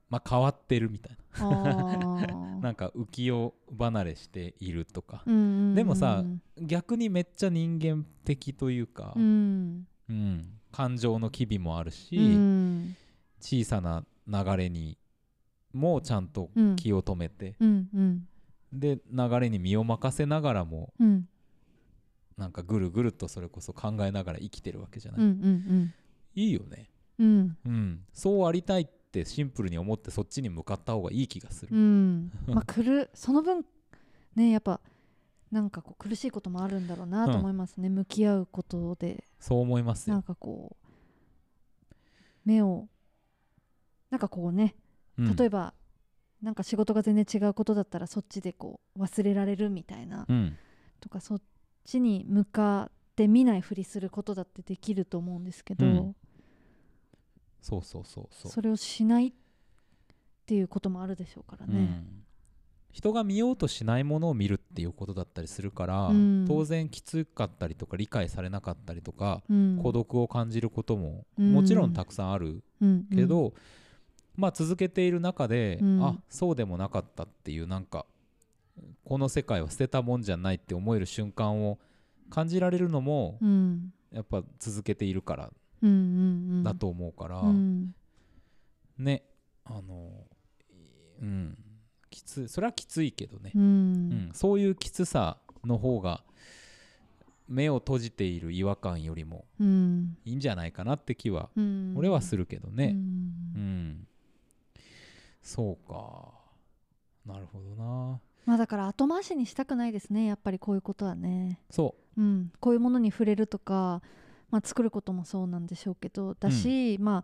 Speaker 1: まあ、変わってるみたい
Speaker 2: あ
Speaker 1: な
Speaker 2: ー
Speaker 1: なんか浮世離れしているとか
Speaker 2: うんうんうん
Speaker 1: でもさ逆にめっちゃ人間的というか、
Speaker 2: うん
Speaker 1: うん感情の機微もあるし、
Speaker 2: うん
Speaker 1: 小さな流れにもちゃんと
Speaker 2: うん
Speaker 1: 気を止めて、
Speaker 2: うんうん
Speaker 1: で流れに身を任せながらも
Speaker 2: うん
Speaker 1: なんかぐるぐるとそれこそ考えながら生きてるわけじゃない、
Speaker 2: うんうん
Speaker 1: いいよね、
Speaker 2: うんうん
Speaker 1: うん、そうありたいってシンプルに思ってそっちに向かった方がいい気がする、
Speaker 2: うん、まあ、くるその分ねやっぱなんかこう苦しいこともあるんだろうなと思いますね、向き合うことで
Speaker 1: そう思います
Speaker 2: なん
Speaker 1: よ。
Speaker 2: かこう目をなんかこうね例え
Speaker 1: ば、
Speaker 2: ば、なんか仕事が全然違うことだったらそっちでこう忘れられるみたいな、
Speaker 1: うん、
Speaker 2: とかそっちに向かって見ないふりすることだってできると思うんですけど、
Speaker 1: うんそうそうそうそう。
Speaker 2: それをしないっていうこともあるでしょうから
Speaker 1: う
Speaker 2: ね。
Speaker 1: ん人が見ようとしないものを見るっていうことだったりするから、
Speaker 2: うん
Speaker 1: 当然きつかったりとか理解されなかったりとか、
Speaker 2: うん
Speaker 1: 孤独を感じることも
Speaker 2: うん
Speaker 1: もちろんたくさんある
Speaker 2: うん
Speaker 1: けど、まあ続けている中で、
Speaker 2: うん
Speaker 1: あそうでもなかったっていうなんかこの世界は捨てたもんじゃないって思える瞬間を感じられるのも
Speaker 2: うんうん
Speaker 1: やっぱ続けているから
Speaker 2: うんうん
Speaker 1: だと思うから、
Speaker 2: うん
Speaker 1: ねあのいうんきついそれはきついけどね
Speaker 2: う、
Speaker 1: うんんそういうきつさの方が目を閉じている違和感よりも
Speaker 2: うん
Speaker 1: いいんじゃないかなって気は
Speaker 2: うん
Speaker 1: 俺はするけどね。
Speaker 2: うん
Speaker 1: うん。そうか。なるほどな。
Speaker 2: まあだから後回しにしたくないですねやっぱりこういうことはね。
Speaker 1: そ
Speaker 2: うん、こういうものに触れるとか、まあ、作ることもそうなんでしょうけどだし、まあ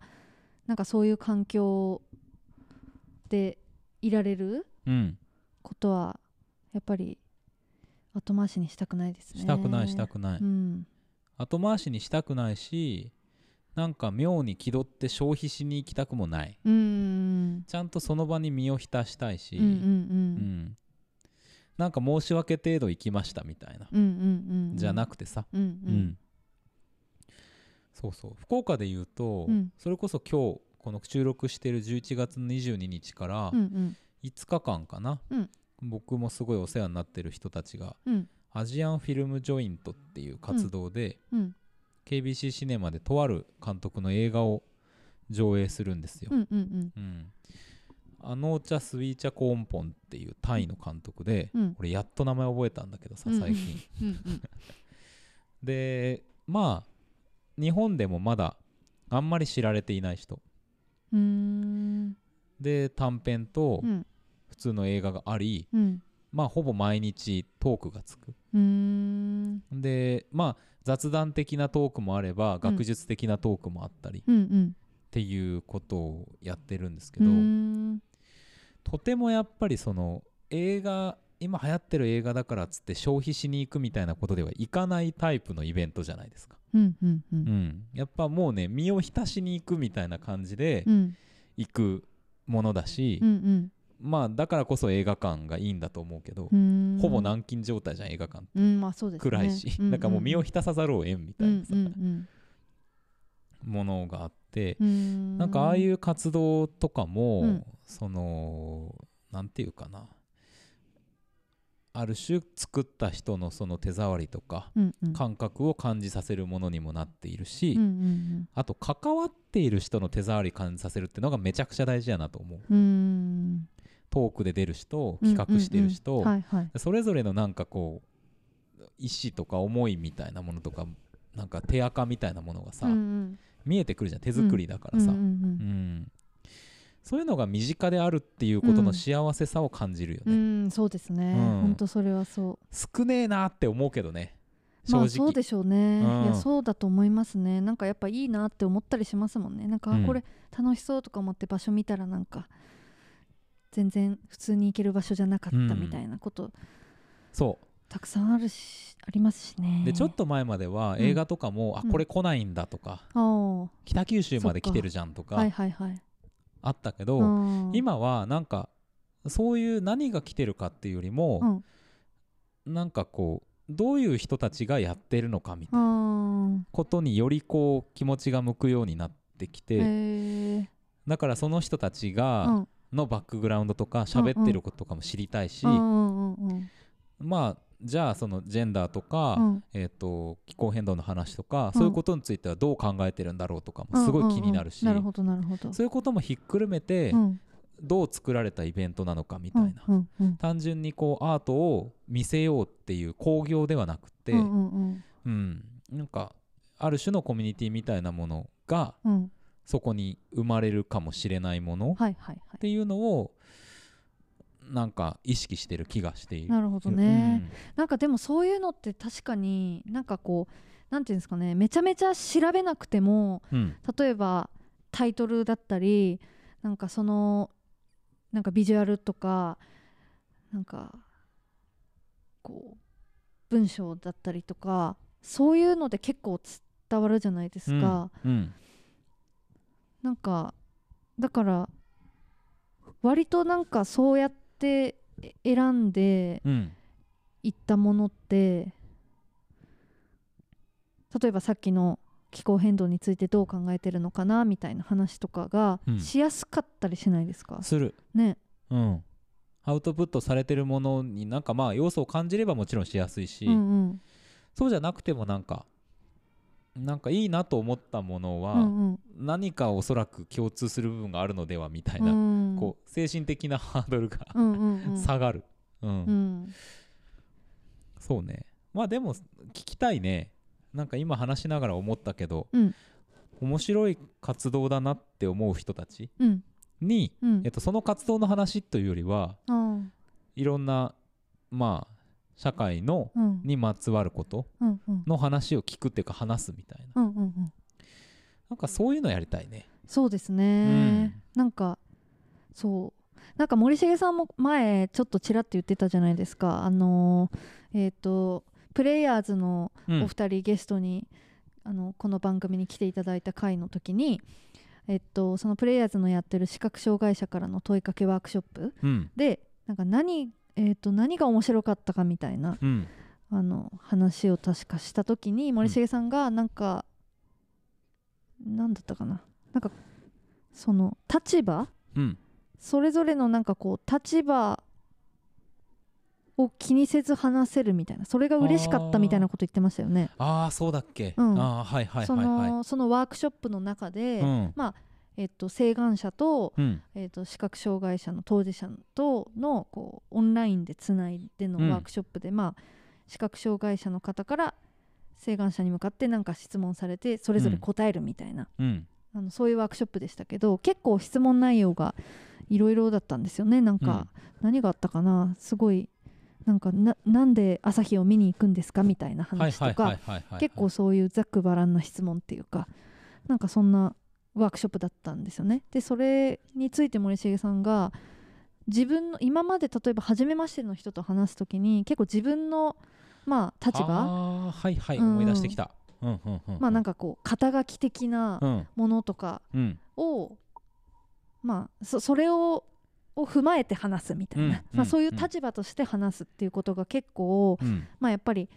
Speaker 2: なんかそういう環境でいられる
Speaker 1: う。うん。
Speaker 2: ことはやっぱり後回しにしたくないですね。
Speaker 1: したくない、したくない。
Speaker 2: うん
Speaker 1: 後回しにしたくないし、なんか妙に気取って消費しに行きたくもない。
Speaker 2: うんうん
Speaker 1: ちゃんとその場に身を浸したいし、
Speaker 2: うんうん
Speaker 1: うんなんか申し訳程度行きましたみたいな。
Speaker 2: うんうんうんうん
Speaker 1: じゃなくてさ。
Speaker 2: うん
Speaker 1: う
Speaker 2: うん
Speaker 1: ん。そうそう。福岡で言うと、
Speaker 2: うん
Speaker 1: それこそ今日、この収録してる11月22日から、
Speaker 2: うんうん
Speaker 1: 5日間かな、
Speaker 2: うん
Speaker 1: 僕もすごいお世話になってる人たちが
Speaker 2: うん
Speaker 1: アジアンフィルムジョイントっていう活動で、
Speaker 2: うん
Speaker 1: KBC シネマでとある監督の映画を上映するんですよ、
Speaker 2: うんうん
Speaker 1: うんアノーチャ・スウィーチャ・コーンポンっていうタイの監督で、
Speaker 2: うん
Speaker 1: 俺やっと名前覚えたんだけどさ
Speaker 2: うん
Speaker 1: 最近、
Speaker 2: うんうん
Speaker 1: でまあ日本でもまだあんまり知られていない人
Speaker 2: うーん
Speaker 1: で短編と
Speaker 2: うん
Speaker 1: 普通の映画があり、
Speaker 2: うん
Speaker 1: まあほぼ毎日トークがつく
Speaker 2: うーん
Speaker 1: でまあ雑談的なトークもあれば
Speaker 2: うん
Speaker 1: 学術的なトークもあったりっ
Speaker 2: うんうん
Speaker 1: ていうことをやってるんですけ
Speaker 2: う
Speaker 1: ど、
Speaker 2: ん
Speaker 1: とてもやっぱりその映画今流行ってる映画だからっつって消費しに行くみたいなことでは行かないタイプのイベントじゃないですか、
Speaker 2: うんうんう
Speaker 1: う
Speaker 2: ん
Speaker 1: ん、やっぱもうね身を浸しに行くみたいな感じで
Speaker 2: うん
Speaker 1: 行くものだし、
Speaker 2: うん
Speaker 1: まあだからこそ映画館がいいんだと思うけど
Speaker 2: う、ん、
Speaker 1: ほぼ軟禁状態じゃん映画館
Speaker 2: うん、まあそうです、ね、
Speaker 1: 暗いし、なんかもう身を浸さざるを得んみた
Speaker 2: う
Speaker 1: い
Speaker 2: ん
Speaker 1: なさ、
Speaker 2: うんうん
Speaker 1: ものがあって、
Speaker 2: うん、
Speaker 1: なんかああいうう活動とかも、
Speaker 2: うん
Speaker 1: そのなんていうかなある種作った人のその手触りとか
Speaker 2: んうん
Speaker 1: 感覚を感じさせるものにもなっているし、
Speaker 2: うんうん
Speaker 1: あと関わっている人の手触り感じさせるっていうのがめちゃくちゃ大事やなと思う
Speaker 2: うんうん
Speaker 1: トークで出る人
Speaker 2: うん
Speaker 1: 企画してる人、
Speaker 2: うんうんはいはい
Speaker 1: それぞれのなんかこう意思とか思いみたいなものとかなんか手垢みたいなものがさ、
Speaker 2: うんうん
Speaker 1: 見えてくるじゃん手作りだからさ、
Speaker 2: うんうん
Speaker 1: うん、そういうのが身近であるっていうこと
Speaker 2: う
Speaker 1: の
Speaker 2: ん
Speaker 1: 幸せさを感じるよ
Speaker 2: う
Speaker 1: ね、
Speaker 2: ん、うん、そうですね、
Speaker 1: うん
Speaker 2: 本当それはそ
Speaker 1: 少ねえなって思うけどね
Speaker 2: う
Speaker 1: 正直、
Speaker 2: まあそうでしょうね、
Speaker 1: うん
Speaker 2: いやそうだと思いますねなんかやっぱいいなって思ったりしますもんねなんか、あ
Speaker 1: うん
Speaker 2: これ楽しそうとか思って場所見たらなんか全然普通に行ける場所じゃなかったみたいなこと、
Speaker 1: そ
Speaker 2: たくさんあるしありますしね
Speaker 1: うでちょっと前までは
Speaker 2: うん
Speaker 1: 映画とかも、
Speaker 2: うん
Speaker 1: あこれ来ないんだとか、
Speaker 2: ああ
Speaker 1: 北九州まで来てるじゃんとか
Speaker 2: はいはいはい。
Speaker 1: あったけど、
Speaker 2: うん、
Speaker 1: 今はなんかそういう何が来てるかっていうよりも、なんかこうどういう人たちがやってるのかみたいな
Speaker 2: うん、あ
Speaker 1: ことによりこう気持ちが向くようになってきて、
Speaker 2: ーへえ
Speaker 1: だからその人たちが、
Speaker 2: うん
Speaker 1: のバックグラウンドとか喋ってることとかも知りたいし、
Speaker 2: うんうんうん
Speaker 1: まあじゃあそのジェンダーとか、
Speaker 2: うん
Speaker 1: えー、と気候変動の話とか、
Speaker 2: うん
Speaker 1: そういうことについてはどう考えてるんだろうとか
Speaker 2: うん
Speaker 1: もすごい気になるし、
Speaker 2: うんうんなるほどなるほど。
Speaker 1: そういうこともひっくるめて、
Speaker 2: うん
Speaker 1: どう作られたイベントなのかみたいな、
Speaker 2: うんうんうん
Speaker 1: 単純にこうアートを見せようっていう興行ではなくて、
Speaker 2: う
Speaker 1: うん
Speaker 2: んうん
Speaker 1: なんかある種のコミュニティみたいなものが
Speaker 2: うんうん
Speaker 1: そこに生まれるかもしれないもの、
Speaker 2: はいはいは
Speaker 1: っ
Speaker 2: い。
Speaker 1: ていうのをなんか意識してる気がしている。
Speaker 2: なるほどね、なんかでもそういうのって確かになんかこうなんていうんですかねめちゃめちゃ調べなくても
Speaker 1: うん。うん
Speaker 2: 例えばタイトルだったりなんかそのなんかビジュアルとかなんかこう文章だったりとかそういうので結構伝わるじゃないですか、
Speaker 1: うん
Speaker 2: なんかだから割となんかそうやって選んで
Speaker 1: うん
Speaker 2: いったものって例えばさっきの気候変動についてどう考えてるのかなみたいな話とかが
Speaker 1: うん
Speaker 2: しやすかったりしないですか、
Speaker 1: する。
Speaker 2: ね
Speaker 1: うん。アウトプットされてるものになんかまあ要素を感じればもちろんしやすいし、
Speaker 2: うんうん
Speaker 1: そうじゃなくてもなんかなんかいいなと思ったものは、
Speaker 2: うんうん
Speaker 1: 何かおそらく共通する部分があるのではみたいな、
Speaker 2: うん
Speaker 1: こう精神的な ハードルが、
Speaker 2: うんうんうん
Speaker 1: 下がる、うん
Speaker 2: うん
Speaker 1: そうねまあでも聞きたいねなんか今話しながら思ったけど、
Speaker 2: うん
Speaker 1: 面白い活動だなって思う人たち
Speaker 2: うん
Speaker 1: に、
Speaker 2: うん
Speaker 1: えっと、その活動の話というよりは
Speaker 2: あー
Speaker 1: いろんなまあ社会の
Speaker 2: うん
Speaker 1: にまつわること
Speaker 2: うんうん
Speaker 1: の話を聞くっていうか話すみたいな
Speaker 2: うんうんうん
Speaker 1: なんかそういうのやりたいね
Speaker 2: そうですね、なんかそうなんか森重さんも前ちょっとちらっと言ってたじゃないですかあのーえっ、とプレイヤーズの
Speaker 1: うん
Speaker 2: お二人ゲストに、あのこの番組に来ていただいた回の時に、えっと、そのプレイヤーズのやってる視覚障害者からの問いかけワークショップ
Speaker 1: うん
Speaker 2: でなんか何,、えっと、何が面白かったかみたいな
Speaker 1: うん
Speaker 2: あの話を確かした時に森重さんがなんか、なんだったかななんかその立場
Speaker 1: うん
Speaker 2: それぞれのなんかこう立場を気にせず話せるみたいなそれが嬉しかったみたいなこと言ってましたよね。
Speaker 1: ああそうだっけ、
Speaker 2: うん
Speaker 1: ああはいはい
Speaker 2: そ
Speaker 1: はいは
Speaker 2: のそのワークショップの中
Speaker 1: い
Speaker 2: で、
Speaker 1: うん
Speaker 2: えっと、請願者と,、
Speaker 1: うん
Speaker 2: えっと視覚障害者の当事者とのこうオンラインでつないでの
Speaker 1: うん
Speaker 2: ワークショップで、まあ、視覚障害者の方から請願者に向かって何か質問されてそれぞれ答えるみたいな、
Speaker 1: うん
Speaker 2: あのそういうワークショップでしたけど結構質問内容がいろいろだったんですよねなんか、何があったかなすごいなんかななんで朝日を見に行くんですかみたいな
Speaker 1: はい
Speaker 2: 話
Speaker 1: は
Speaker 2: と
Speaker 1: いはい
Speaker 2: か
Speaker 1: はいはいはい
Speaker 2: 結構そういうざっくばらんな質問っていうかなんかそんなワークショップだったんですよね。でそれについて森重さんが自分の今まで例えば初めましての人と話す時に結構自分のまあ立場
Speaker 1: ああはいはい
Speaker 2: うんうん
Speaker 1: 思い出してきたうんうんうん
Speaker 2: まあなん
Speaker 1: か
Speaker 2: かこう肩書き的な
Speaker 1: うん
Speaker 2: ものとか
Speaker 1: うん
Speaker 2: をまあそそれをを踏まえて話すみたいな、
Speaker 1: うん
Speaker 2: ま
Speaker 1: う
Speaker 2: あ、
Speaker 1: ん
Speaker 2: そういう
Speaker 1: うん
Speaker 2: 立場として話すっていうことが結構、
Speaker 1: うん
Speaker 2: まあやっぱり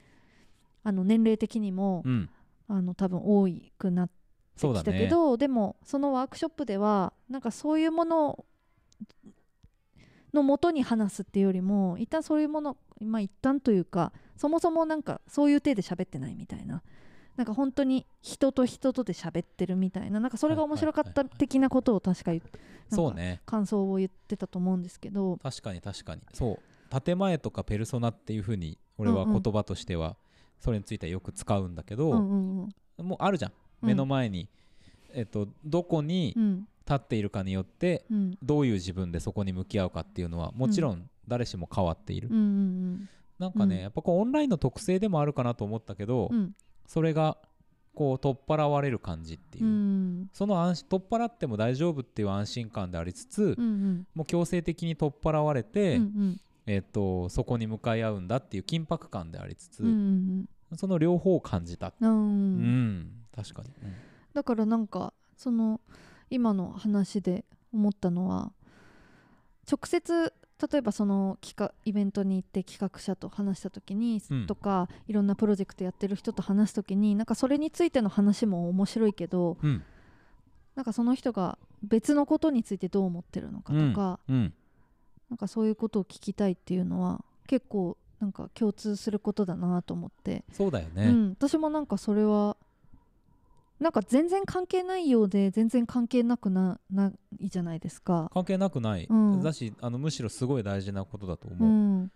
Speaker 2: あの年齢的にも、
Speaker 1: うん
Speaker 2: あの多分多くなって
Speaker 1: そうだ
Speaker 2: きた
Speaker 1: ね
Speaker 2: けど、でもそのワークショップではなんかそういうもののもとに話すっていうよりも一旦そういうものまあ一旦というかそもそもなんかそういう体で喋ってないみたいななんか本当に人と人とで喋ってるみたいななんかそれが面白かっ
Speaker 1: はいは
Speaker 2: た
Speaker 1: いはいはい
Speaker 2: 的なことを確か言って
Speaker 1: そうね
Speaker 2: 感想を言ってたと思うんですけど
Speaker 1: 確かに確かにそう建前とかペルソナっていうふうに俺は
Speaker 2: うんうん
Speaker 1: 言葉としてはそれについてはよく使うんだけ
Speaker 2: う
Speaker 1: ど、
Speaker 2: んうんうん
Speaker 1: もうあるじゃん
Speaker 2: うん
Speaker 1: 目の前に、えっとどこに
Speaker 2: うん
Speaker 1: 立っているかによって
Speaker 2: うん
Speaker 1: どういう自分でそこに向き合うかっていうのはもちろん誰しも変わっている
Speaker 2: うんうん
Speaker 1: なんかね、
Speaker 2: うん
Speaker 1: やっぱこうオンラインの特性でもあるかなと思ったけど、
Speaker 2: うん
Speaker 1: それがこう取っ払われる感じっていうう、
Speaker 2: ん
Speaker 1: その安心取っ払っても大丈夫っていう安心感でありつつ、
Speaker 2: うんうん
Speaker 1: もう強制的に取っ払われ
Speaker 2: うんう
Speaker 1: て、
Speaker 2: ん
Speaker 1: えっとそこに向かい合うんだっていう緊迫感でありつつ、
Speaker 2: うんうん
Speaker 1: その両方を感じた、
Speaker 2: う
Speaker 1: うん
Speaker 2: ん
Speaker 1: 確かに、
Speaker 2: だからなんかその今の話で思ったのは直接例えばその企画イベントに行って企画者と話した時に、
Speaker 1: うん
Speaker 2: とかいろんなプロジェクトやってる人と話す時になんかそれについての話も面白いけど
Speaker 1: うん
Speaker 2: なんかその人が別のことについてどう思ってるのかとか、
Speaker 1: うんうん
Speaker 2: なんかそういうことを聞きたいっていうのは結構なんか共通することだなと思って、
Speaker 1: そうだよね、
Speaker 2: うん、私もなんかそれはなんか全然関係ないようで全然関係なくなないじゃないですか。
Speaker 1: 関係なくない、
Speaker 2: うん
Speaker 1: だしあのむしろすごい大事なことだと
Speaker 2: う
Speaker 1: 思う、
Speaker 2: ん、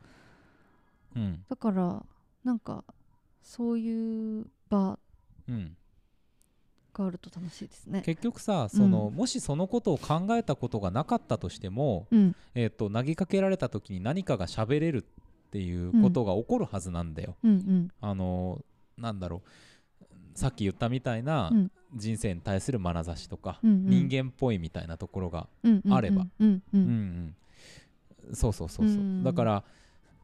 Speaker 1: うん
Speaker 2: だからなんかそういう場
Speaker 1: うん
Speaker 2: 関わると楽しいですね。
Speaker 1: 結局さその、
Speaker 2: うん
Speaker 1: もしそのことを考えたことがなかったとしても、
Speaker 2: うん、
Speaker 1: えー、と投げかけられた時に何かが喋れるっていうことが起こるはずなんだよ。
Speaker 2: うん、うん、
Speaker 1: あのなんだろうさっき言ったみたいな
Speaker 2: うん
Speaker 1: 人生に対する眼差しとか、
Speaker 2: うんうん
Speaker 1: 人間っぽいみたいなところが、
Speaker 2: うん、うん
Speaker 1: あれば。
Speaker 2: うん、う
Speaker 1: うん
Speaker 2: ん、
Speaker 1: うんそうそうそうそう、
Speaker 2: うん
Speaker 1: だから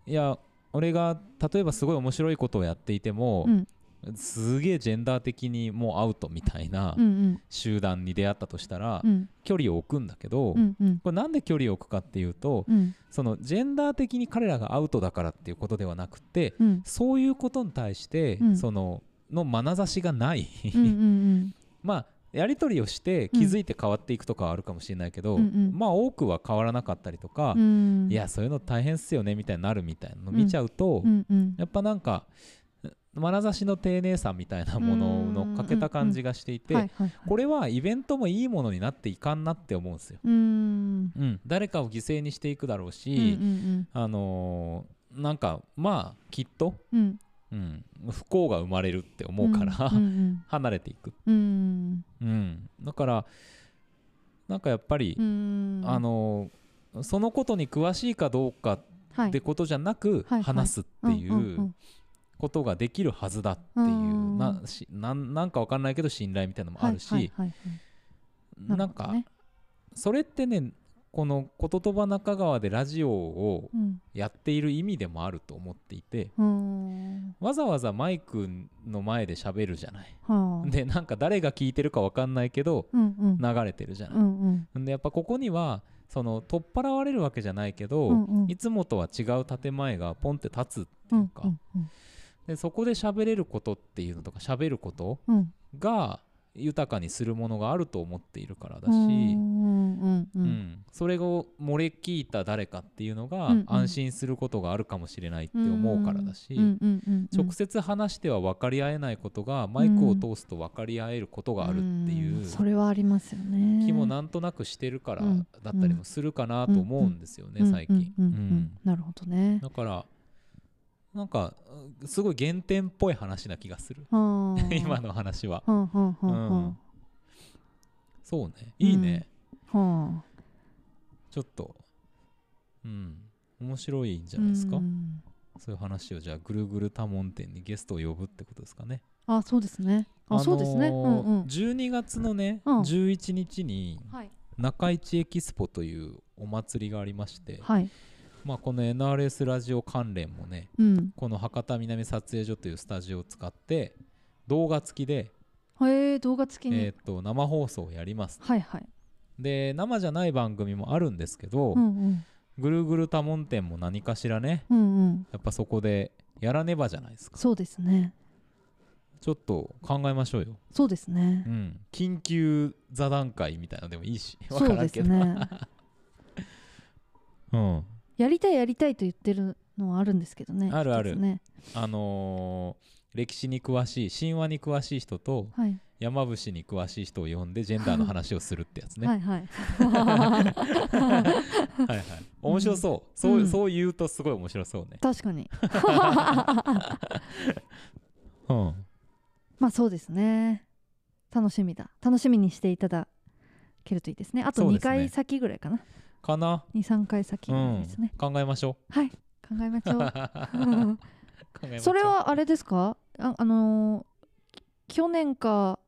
Speaker 1: いや俺が例えばすごい面白いことをやっていても、
Speaker 2: うん、
Speaker 1: すげえジェンダー的にもうアウトみたいな
Speaker 2: うん、うん、
Speaker 1: 集団に出会ったとしたら、
Speaker 2: うん、
Speaker 1: 距離を置くんだけど、
Speaker 2: うん、うん、
Speaker 1: これなんで距離を置くかっていうと、
Speaker 2: うん、
Speaker 1: そのジェンダー的に彼らがアウトだからっていうことではなくて、
Speaker 2: うん、
Speaker 1: そういうことに対して、
Speaker 2: うん
Speaker 1: そのの眼差しがない、
Speaker 2: う ん、うん、
Speaker 1: まあやり取りをして気づいて変わっていくとかはあるかもしれないけど、
Speaker 2: うんうん
Speaker 1: まあ多くは変わらなかったりとか、
Speaker 2: うん、
Speaker 1: いやそういうの大変っすよねみたいになるみたいなの見ちゃうと、
Speaker 2: うん、うん、
Speaker 1: やっぱなんか眼差しの丁寧さみたいなものの欠けた感じがしていて、
Speaker 2: はい、はい、はい
Speaker 1: これはイベントもいいものになっていかんなって思うんですよ。
Speaker 2: うーん、
Speaker 1: うん、誰かを犠牲にしていくだろう
Speaker 2: うん、う
Speaker 1: し、
Speaker 2: ん、
Speaker 1: あのーなんかまあきっと、
Speaker 2: うん、うん、
Speaker 1: うん、不幸が生まれるって思うから、
Speaker 2: うん、うん
Speaker 1: 離れていく、
Speaker 2: うん、
Speaker 1: うん、だからなんかやっぱり
Speaker 2: う、ん、
Speaker 1: あ、のーそのことに詳しいかどうか
Speaker 2: はい、
Speaker 1: ってことじゃなく、
Speaker 2: はいはい
Speaker 1: 話すってい
Speaker 2: んん
Speaker 1: ううんことができるはずだっていう、
Speaker 2: うん
Speaker 1: なしなんなんかわかんないけど信頼みたいなのもあるし、
Speaker 2: はいはいはいはい
Speaker 1: なん
Speaker 2: るほ
Speaker 1: か、
Speaker 2: どね
Speaker 1: それってねこの「言葉中川」でラジオを
Speaker 2: うん
Speaker 1: やっている意味でもあると思っていて、
Speaker 2: うーん
Speaker 1: わざわざマイクの前で喋るじゃない。
Speaker 2: はあ
Speaker 1: でなんか誰が聞いてるかわかんないけど
Speaker 2: うんうん
Speaker 1: 流れてるじゃ
Speaker 2: う
Speaker 1: ない。
Speaker 2: んうん
Speaker 1: ん、でやっぱここにはその取っ払われるわけじゃないけど、
Speaker 2: うんうん
Speaker 1: いつもとは違う建前がポンって立つって
Speaker 2: う
Speaker 1: いうんか、
Speaker 2: うんうん
Speaker 1: でそこで喋れることっていうのとか喋ること
Speaker 2: うん
Speaker 1: が豊かにするものがあると思っているからだ
Speaker 2: う
Speaker 1: し、
Speaker 2: んうんう
Speaker 1: うんん、それを漏れ聞いた誰かっていうのが
Speaker 2: うんうん
Speaker 1: 安心することがあるかもしれないって
Speaker 2: うん
Speaker 1: 思うからだし、
Speaker 2: うんうんうんうん
Speaker 1: 直接話しては分かり合えないことがマイクを通すと分かり合えることがあるってい
Speaker 2: ん
Speaker 1: う
Speaker 2: それはありますよね
Speaker 1: 気もなんとなくしてるから
Speaker 2: うん
Speaker 1: だったりもするかなと思うんですよ
Speaker 2: う
Speaker 1: ね
Speaker 2: ん
Speaker 1: 最近。
Speaker 2: うんうんう
Speaker 1: うん
Speaker 2: んなるほどね
Speaker 1: だからなんかすごい原点っぽい話な気がする
Speaker 2: はあ
Speaker 1: 今の話は。
Speaker 2: はあはあはあは
Speaker 1: そうねいいね、
Speaker 2: あはあ
Speaker 1: ちょっとうん面白いんじゃないですか。
Speaker 2: うん
Speaker 1: そういう話をじゃあぐるぐる多聞店にゲストを呼ぶってことですかね。
Speaker 2: あそうですねあそうですね
Speaker 1: あ
Speaker 2: う
Speaker 1: の
Speaker 2: ん
Speaker 1: ー
Speaker 2: うん
Speaker 1: 12月のね、
Speaker 2: うん
Speaker 1: 11日に
Speaker 2: はい
Speaker 1: 中市エキスポというお祭りがありまして、
Speaker 2: はい
Speaker 1: まあ、この NRS ラジオ関連もね
Speaker 2: うん
Speaker 1: この博多南撮影所というスタジオを使って動画付きで、
Speaker 2: へえ動画付きに
Speaker 1: えー、と生放送をやります。
Speaker 2: はいはい
Speaker 1: で生じゃない番組もあるんですけど、
Speaker 2: うんうん
Speaker 1: ぐるぐる多聞店も何かしらね
Speaker 2: うんうん
Speaker 1: やっぱそこでやらねばじゃないですか
Speaker 2: そうですね
Speaker 1: ちょっと考えましょうよ。
Speaker 2: そうですね
Speaker 1: うん、緊急座談会みたいなのでもいいしわ
Speaker 2: そ
Speaker 1: か
Speaker 2: う
Speaker 1: らん
Speaker 2: です
Speaker 1: けど、
Speaker 2: ね
Speaker 1: うん、
Speaker 2: やりたいやりたいと言ってるのはあるんですけどね
Speaker 1: あるある
Speaker 2: 一つね
Speaker 1: あのー歴史に詳しい神話に詳しい人と
Speaker 2: はい
Speaker 1: 山伏に詳しい人を呼んでジェンダーの話をするってやつね はい
Speaker 2: はいはい
Speaker 1: はい面白そう、そううんそう言うとすごい面白そうね、
Speaker 2: 確かに
Speaker 1: うん、
Speaker 2: まあそうですね楽しみだ楽しみにしていただけるといいですねあと
Speaker 1: そう
Speaker 2: 2
Speaker 1: ですね
Speaker 2: 回先ぐらいかな、
Speaker 1: かな、
Speaker 2: 23回先
Speaker 1: う
Speaker 2: ぐらい
Speaker 1: ん
Speaker 2: ですね、、
Speaker 1: 考えましょ
Speaker 2: はい考えまし
Speaker 1: う
Speaker 2: ょ
Speaker 1: 考
Speaker 2: う
Speaker 1: えましょう
Speaker 2: それはあれですかああのーき去年か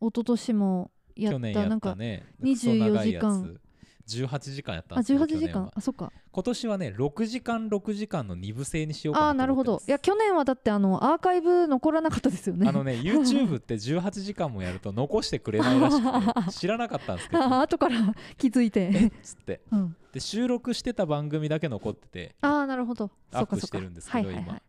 Speaker 2: 一昨年もやった
Speaker 1: 去年や
Speaker 2: な
Speaker 1: っ
Speaker 2: ん
Speaker 1: た
Speaker 2: か
Speaker 1: ね
Speaker 2: 24
Speaker 1: クソ長いやつ
Speaker 2: 時間
Speaker 1: 18時間やった
Speaker 2: あ
Speaker 1: んですよ
Speaker 2: 18
Speaker 1: 去
Speaker 2: 時
Speaker 1: 年は
Speaker 2: 間あそっか
Speaker 1: 今年はね6時間6時間の2部制にしよう
Speaker 2: ああ
Speaker 1: か
Speaker 2: ーな
Speaker 1: なと
Speaker 2: る
Speaker 1: 思
Speaker 2: ほ
Speaker 1: ってま
Speaker 2: ど
Speaker 1: す
Speaker 2: いや去年はだってあのアーカイブ残らなかったですよね
Speaker 1: あのね YouTube って18時間もやると残してくれないらしくて知らなかったんですけど
Speaker 2: あ後から気づい
Speaker 1: え
Speaker 2: て
Speaker 1: っ、つって
Speaker 2: うん、
Speaker 1: で収録してた番組だけ残ってて
Speaker 2: ああなるほど
Speaker 1: アップ
Speaker 2: そうかそう
Speaker 1: して
Speaker 2: か
Speaker 1: るんですけど
Speaker 2: はいはいはい
Speaker 1: 今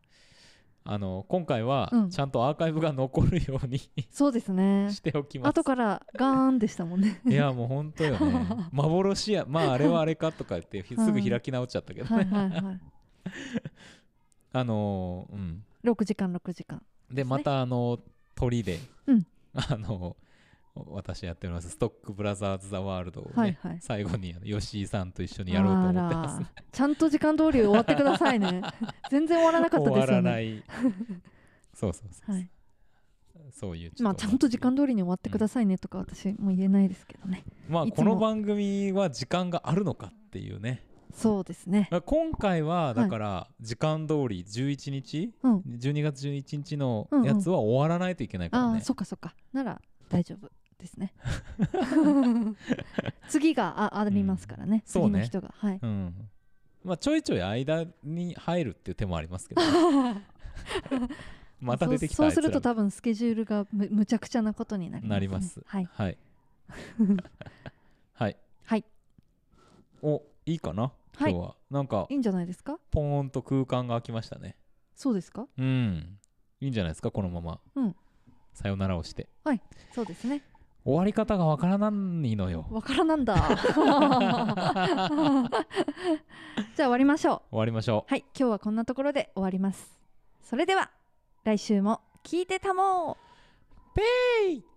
Speaker 1: あの今回は
Speaker 2: うん
Speaker 1: ちゃんとアーカイブが残るように
Speaker 2: そうですね
Speaker 1: しておきます
Speaker 2: 後からガーンでしたもんね
Speaker 1: いやもう本当よね幻やまああれはあれかとか言 ってひすぐ開き直っちゃったけど
Speaker 2: はい
Speaker 1: ね
Speaker 2: はいはい
Speaker 1: あのーうん
Speaker 2: 6時間6時間
Speaker 1: で
Speaker 2: ね
Speaker 1: またあの鳥で、
Speaker 2: うん
Speaker 1: あの私やっておりますストックブラザーズ・ザ・ワールドをね、
Speaker 2: はいはい
Speaker 1: 最後にあの吉井さんと一緒にやろうと思ってます、
Speaker 2: あらちゃんと時間通り終わってください ね全然終わらなかった
Speaker 1: 終
Speaker 2: で
Speaker 1: わ
Speaker 2: すよ
Speaker 1: ら
Speaker 2: ね
Speaker 1: ないそうそうそう、
Speaker 2: はい、
Speaker 1: そういう
Speaker 2: まあちゃんと時間通りに終わってくださいねとか私も言えないですけどね、
Speaker 1: まあ
Speaker 2: いつ
Speaker 1: こ
Speaker 2: も
Speaker 1: の番組は時間があるのかっていうね
Speaker 2: そうですね
Speaker 1: 今回はいだから時間通り11日、
Speaker 2: うん
Speaker 1: 12月11日の
Speaker 2: うんうん
Speaker 1: やつは終わらないといけないからね、
Speaker 2: ああそっかそっかなら大丈夫です ね次があありますからね、
Speaker 1: そう
Speaker 2: 次
Speaker 1: ね
Speaker 2: の人がはい
Speaker 1: うんまあちょいちょい間に入るっていう手もあり ますけどまた出てきた
Speaker 2: そう
Speaker 1: あい
Speaker 2: そ
Speaker 1: つ
Speaker 2: うす
Speaker 1: ら
Speaker 2: ると多分スケジュールがむむちゃくちゃなことになります、ね、
Speaker 1: なります
Speaker 2: はい
Speaker 1: はい はい
Speaker 2: はい
Speaker 1: おいいかな今
Speaker 2: はい
Speaker 1: 日は、なんか
Speaker 2: いいんじゃないですか
Speaker 1: ポーンと空間が空きましたね
Speaker 2: そうですか
Speaker 1: うんいいんじゃないですかこのまま、
Speaker 2: うん
Speaker 1: さよならをして
Speaker 2: そうですね
Speaker 1: 終わり方がわからないのよ
Speaker 2: わからなんだ じゃあ終わりましょう
Speaker 1: 終わりましょう
Speaker 2: はい今日はこんなところで終わりますそれでは来週も聞いてたもう
Speaker 1: ペイ